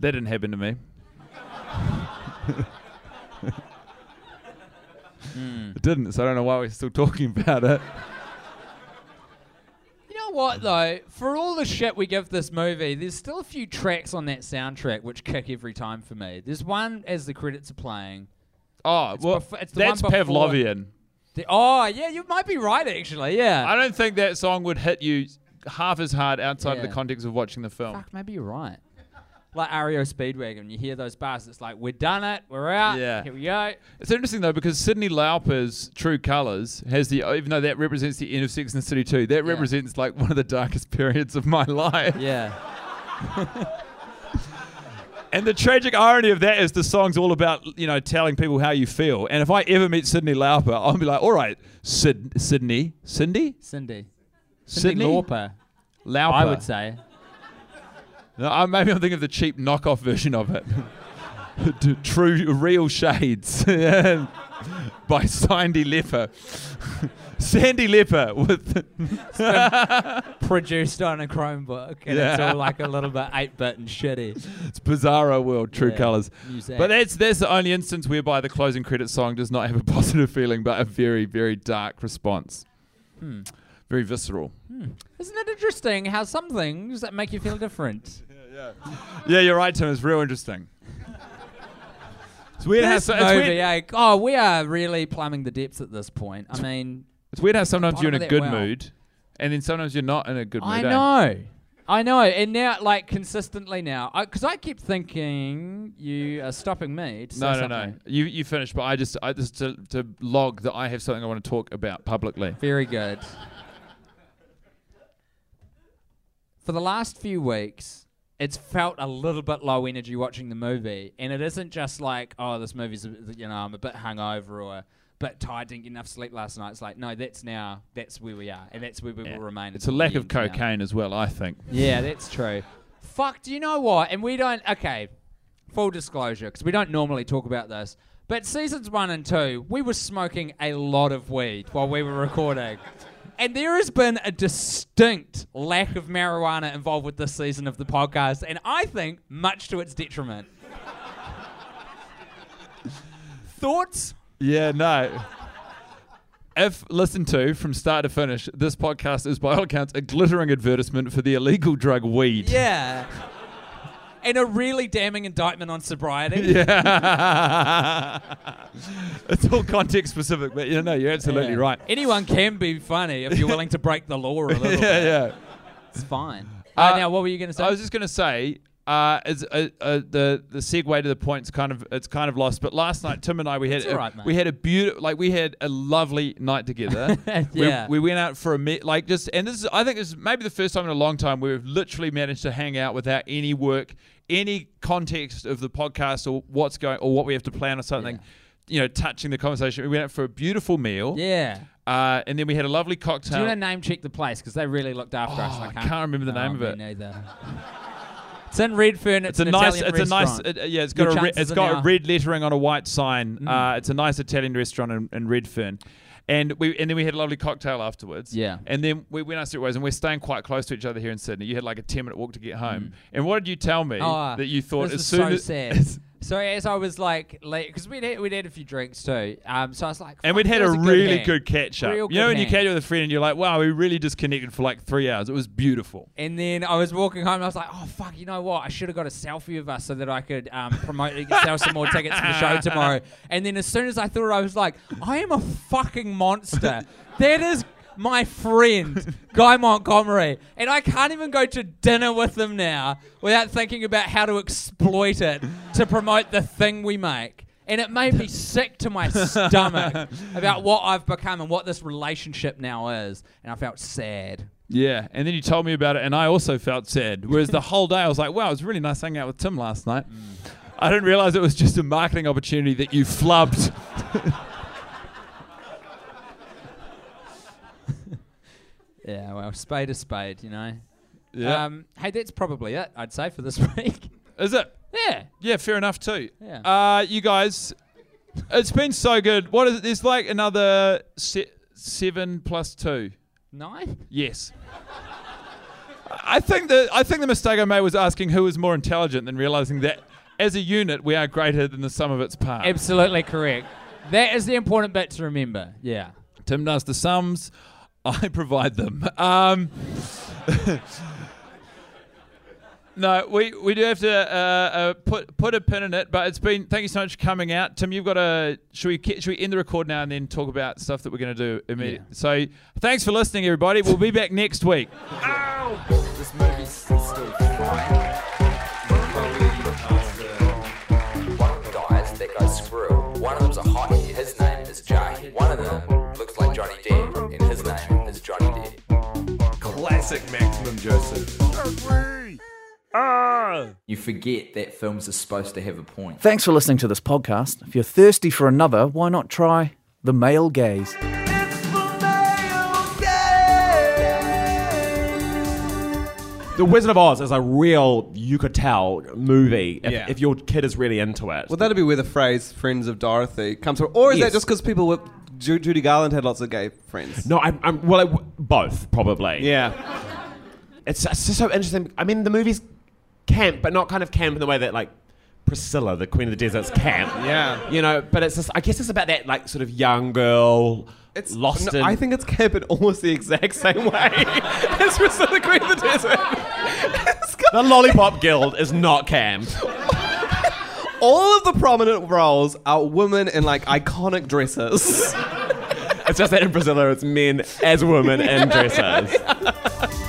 [SPEAKER 5] didn't happen to me. Hmm. It didn't, so I don't know why we're still talking about it.
[SPEAKER 4] you know what though? For all the shit we give this movie, there's still a few tracks on that soundtrack which kick every time for me. There's one as the credits are playing.
[SPEAKER 5] Oh, well,
[SPEAKER 4] befo- it's the one
[SPEAKER 5] that's
[SPEAKER 4] before-
[SPEAKER 5] Pavlovian.
[SPEAKER 4] The- oh yeah, you might be right actually. Yeah.
[SPEAKER 5] I don't think that song would hit you half as hard outside of the
[SPEAKER 4] Yeah.
[SPEAKER 5] context of watching the film.
[SPEAKER 4] Fuck, maybe you're right. Like REO Speedwagon, you hear those bars, it's like we're done it, we're out,
[SPEAKER 5] Yeah.
[SPEAKER 4] here we go.
[SPEAKER 5] It's interesting though because Sydney Lauper's True Colors has the even though that represents the end of Sex and the City 2, that represents like one of the darkest periods of my life.
[SPEAKER 4] Yeah.
[SPEAKER 5] And the tragic irony of that is the song's all about you know telling people how you feel. And if I ever meet Sydney Lauper, I'll be like, all right, Syd- Sydney, Cindy,
[SPEAKER 4] Cindy. Cindy
[SPEAKER 5] Sydney
[SPEAKER 4] Lauper,
[SPEAKER 5] Lauper.
[SPEAKER 4] I would say.
[SPEAKER 5] No, I, maybe I'm thinking of the cheap knockoff version of it. D- True, real shades by Sandy Lepper. Sandy Lepper with
[SPEAKER 4] produced on a Chromebook, and it's
[SPEAKER 5] Yeah.
[SPEAKER 4] all like a little bit eight bit and shitty.
[SPEAKER 5] it's Bizarro World, True
[SPEAKER 4] Yeah,
[SPEAKER 5] Colors.
[SPEAKER 4] use that.
[SPEAKER 5] But that's that's the only instance whereby the closing credits song does not have a positive feeling, but a very very dark response.
[SPEAKER 4] Hmm.
[SPEAKER 5] Very visceral.
[SPEAKER 4] Isn't it interesting how some things that make you feel different?
[SPEAKER 5] Yeah, you're right, Tim. It's real interesting. It's weird, how,
[SPEAKER 4] this
[SPEAKER 5] so, it's,
[SPEAKER 4] movie,
[SPEAKER 5] weird,
[SPEAKER 4] eh? oh, we are really plumbing the depths at this point. I mean,
[SPEAKER 5] it's weird how sometimes you're in a
[SPEAKER 4] bottom
[SPEAKER 5] good
[SPEAKER 4] of that well.
[SPEAKER 5] mood, and then sometimes you're not in a good mood.
[SPEAKER 4] I
[SPEAKER 5] eh?
[SPEAKER 4] know. I know, and now, like, consistently now, because I, keep thinking you are stopping me. To
[SPEAKER 5] No,
[SPEAKER 4] say
[SPEAKER 5] no, no.
[SPEAKER 4] something.
[SPEAKER 5] You you finished, but I just I just to, to log that I have something I want to talk about publicly.
[SPEAKER 4] Very good. For the last few weeks, it's felt a little bit low energy watching the movie, and it isn't just like, oh, this movie's a bit- you know I'm a bit hungover or a bit tired, didn't get enough sleep last night. It's like, no, that's now that's where we are, and that's where we will remain.
[SPEAKER 5] It's a
[SPEAKER 4] until
[SPEAKER 5] lack
[SPEAKER 4] the
[SPEAKER 5] of
[SPEAKER 4] end now.
[SPEAKER 5] cocaine as well, I think.
[SPEAKER 4] Yeah, that's true. Fuck, do you know what? And we don't. Okay, full disclosure, because we don't normally talk about this. But seasons one and two, we were smoking a lot of weed while we were recording. And there has been a distinct lack of marijuana involved with this season of the podcast, and I think much to its detriment. Thoughts?
[SPEAKER 5] Yeah, no. If listened to from start to finish, this podcast is by all accounts a glittering advertisement for the illegal drug weed.
[SPEAKER 4] Yeah. And a really damning indictment on sobriety.
[SPEAKER 5] Yeah. it's all context specific, but you know, you're absolutely
[SPEAKER 4] Yeah.
[SPEAKER 5] right.
[SPEAKER 4] Anyone can be funny if you're willing to break the law a little
[SPEAKER 5] Yeah,
[SPEAKER 4] bit.
[SPEAKER 5] yeah.
[SPEAKER 4] It's fine.
[SPEAKER 5] Uh,
[SPEAKER 4] Uh, now, what were you going to say?
[SPEAKER 5] I was just going to say, uh, is uh, uh, the the segue to the point's kind of it's kind of lost. But last night, Tim and I we had
[SPEAKER 4] It's all right,
[SPEAKER 5] a,
[SPEAKER 4] mate.
[SPEAKER 5] we had a beautiful like we had a lovely night together. we,
[SPEAKER 4] Yeah.
[SPEAKER 5] we went out for a meet like just and this is I think this is maybe the first time in a long time we've literally managed to hang out without any work, any context of the podcast or what's going or what we have to plan or something.
[SPEAKER 4] Yeah.
[SPEAKER 5] You know, touching the conversation. We went out for a beautiful meal.
[SPEAKER 4] yeah.
[SPEAKER 5] Uh, and then we had a lovely
[SPEAKER 4] Do
[SPEAKER 5] cocktail.
[SPEAKER 4] you want to name check the place? Because they really looked after us.
[SPEAKER 5] Oh,
[SPEAKER 4] and
[SPEAKER 5] I
[SPEAKER 4] I can't,
[SPEAKER 5] can't remember the
[SPEAKER 4] Oh,
[SPEAKER 5] name of
[SPEAKER 4] me
[SPEAKER 5] it.
[SPEAKER 4] Neither. it's in Redfern. It's,
[SPEAKER 5] It's a
[SPEAKER 4] an
[SPEAKER 5] nice.
[SPEAKER 4] Italian
[SPEAKER 5] it's
[SPEAKER 4] restaurant.
[SPEAKER 5] a nice. uh, yeah, it's
[SPEAKER 4] Your
[SPEAKER 5] got a re-
[SPEAKER 4] chances
[SPEAKER 5] it's
[SPEAKER 4] are
[SPEAKER 5] got a
[SPEAKER 4] now- Mm.
[SPEAKER 5] red lettering on a white sign. Uh, it's a nice Italian restaurant in, in Redfern, and we and then we had a lovely cocktail afterwards.
[SPEAKER 4] Yeah.
[SPEAKER 5] and then we went our separate ways, and we're staying quite close to each other here in Sydney. You had like a ten minute walk to get home, and what did you tell me
[SPEAKER 4] Mm. Oh,
[SPEAKER 5] uh, that you thought
[SPEAKER 4] this
[SPEAKER 5] as
[SPEAKER 4] is
[SPEAKER 5] soon
[SPEAKER 4] so
[SPEAKER 5] as
[SPEAKER 4] sad. So as I was like, because we'd had, we'd had a few drinks too, um, so I was like,
[SPEAKER 5] And
[SPEAKER 4] "Fuck,
[SPEAKER 5] we'd had
[SPEAKER 4] that
[SPEAKER 5] a,
[SPEAKER 4] was
[SPEAKER 5] really
[SPEAKER 4] hang."
[SPEAKER 5] good catch up.
[SPEAKER 4] Real
[SPEAKER 5] you know,
[SPEAKER 4] good
[SPEAKER 5] when you
[SPEAKER 4] hang.
[SPEAKER 5] catch up with a friend and you're like, wow, we really just connected for like three hours. It was beautiful.
[SPEAKER 4] And then I was walking home and I was like, oh, fuck, you know what? I should have got a selfie of us so that I could um, promote, sell some more tickets for the show tomorrow. And then as soon as I thought, I was like, I am a fucking monster. that is my friend, Guy Montgomery. And I can't even go to dinner with him now without thinking about how to exploit it to promote the thing we make. And it made me sick to my stomach about what I've become and what this relationship now is. And I felt sad.
[SPEAKER 5] Yeah. And then you told me about it, and I also felt sad. Whereas the whole day I was like, wow, it was really nice hanging out with Tim last night. I didn't realize it was just a marketing opportunity that you flubbed.
[SPEAKER 4] Yeah, well, spade is spade, you know.
[SPEAKER 5] Yeah.
[SPEAKER 4] Um, hey, that's probably it, I'd say, for this week.
[SPEAKER 5] Is it?
[SPEAKER 4] yeah.
[SPEAKER 5] Yeah, fair enough too.
[SPEAKER 4] Yeah.
[SPEAKER 5] Uh, you guys, it's been so good. What is it? There's like another se- seven plus two.
[SPEAKER 4] Nine?
[SPEAKER 5] Yes. I think the I think the mistake I made was asking who is more intelligent than realizing that as a unit we are greater than the sum of its parts.
[SPEAKER 4] Absolutely correct. That is the important bit to remember. Yeah.
[SPEAKER 5] Tim does the sums, I provide them. Um, no, we, we do have to uh, uh, put put a pin in it, but it's been thank you so much for coming out, Tim. You've got a should we ke- should we end the record now and then talk about stuff that we're going to do immediately. So
[SPEAKER 4] Yeah.
[SPEAKER 5] thanks for listening, everybody. We'll be back next week.
[SPEAKER 2] This movie's still fine. Probably after-
[SPEAKER 3] One of them dies, they go screw. One of them's a hottie, his name is Jay. One of them looks like Johnny Depp, and his name is Johnny Depp.
[SPEAKER 2] Classic Maximum Joseph.
[SPEAKER 3] You forget that films are supposed to have a point.
[SPEAKER 1] Thanks for listening to this podcast. If you're thirsty for another, why not try The Male Gaze?
[SPEAKER 7] The Wizard of Oz is a real, you could tell, movie if,
[SPEAKER 8] Yeah.
[SPEAKER 7] if your kid is really into it.
[SPEAKER 8] Well, that'd be where the phrase "friends of Dorothy" comes from, or is
[SPEAKER 7] Yes.
[SPEAKER 8] that just because people with Ju- Judy Garland had lots of gay friends?
[SPEAKER 7] no, I'm, I'm well, I w both probably.
[SPEAKER 8] Yeah,
[SPEAKER 7] it's, it's just so interesting. I mean, the movie's camp, but not kind of camp in the way that like Priscilla, the Queen of the Desert's camp.
[SPEAKER 8] Yeah.
[SPEAKER 7] you know. But it's just, I guess it's about that like sort of young girl
[SPEAKER 8] it's
[SPEAKER 7] lost.
[SPEAKER 8] no,
[SPEAKER 7] in,
[SPEAKER 8] I think it's camp in almost the exact same way as Priscilla the Queen of the Desert. It's got-
[SPEAKER 7] the Lollipop Guild is not camp.
[SPEAKER 8] All of the prominent roles are women in like iconic dresses.
[SPEAKER 7] It's just that in Priscilla, it's men as women in dresses.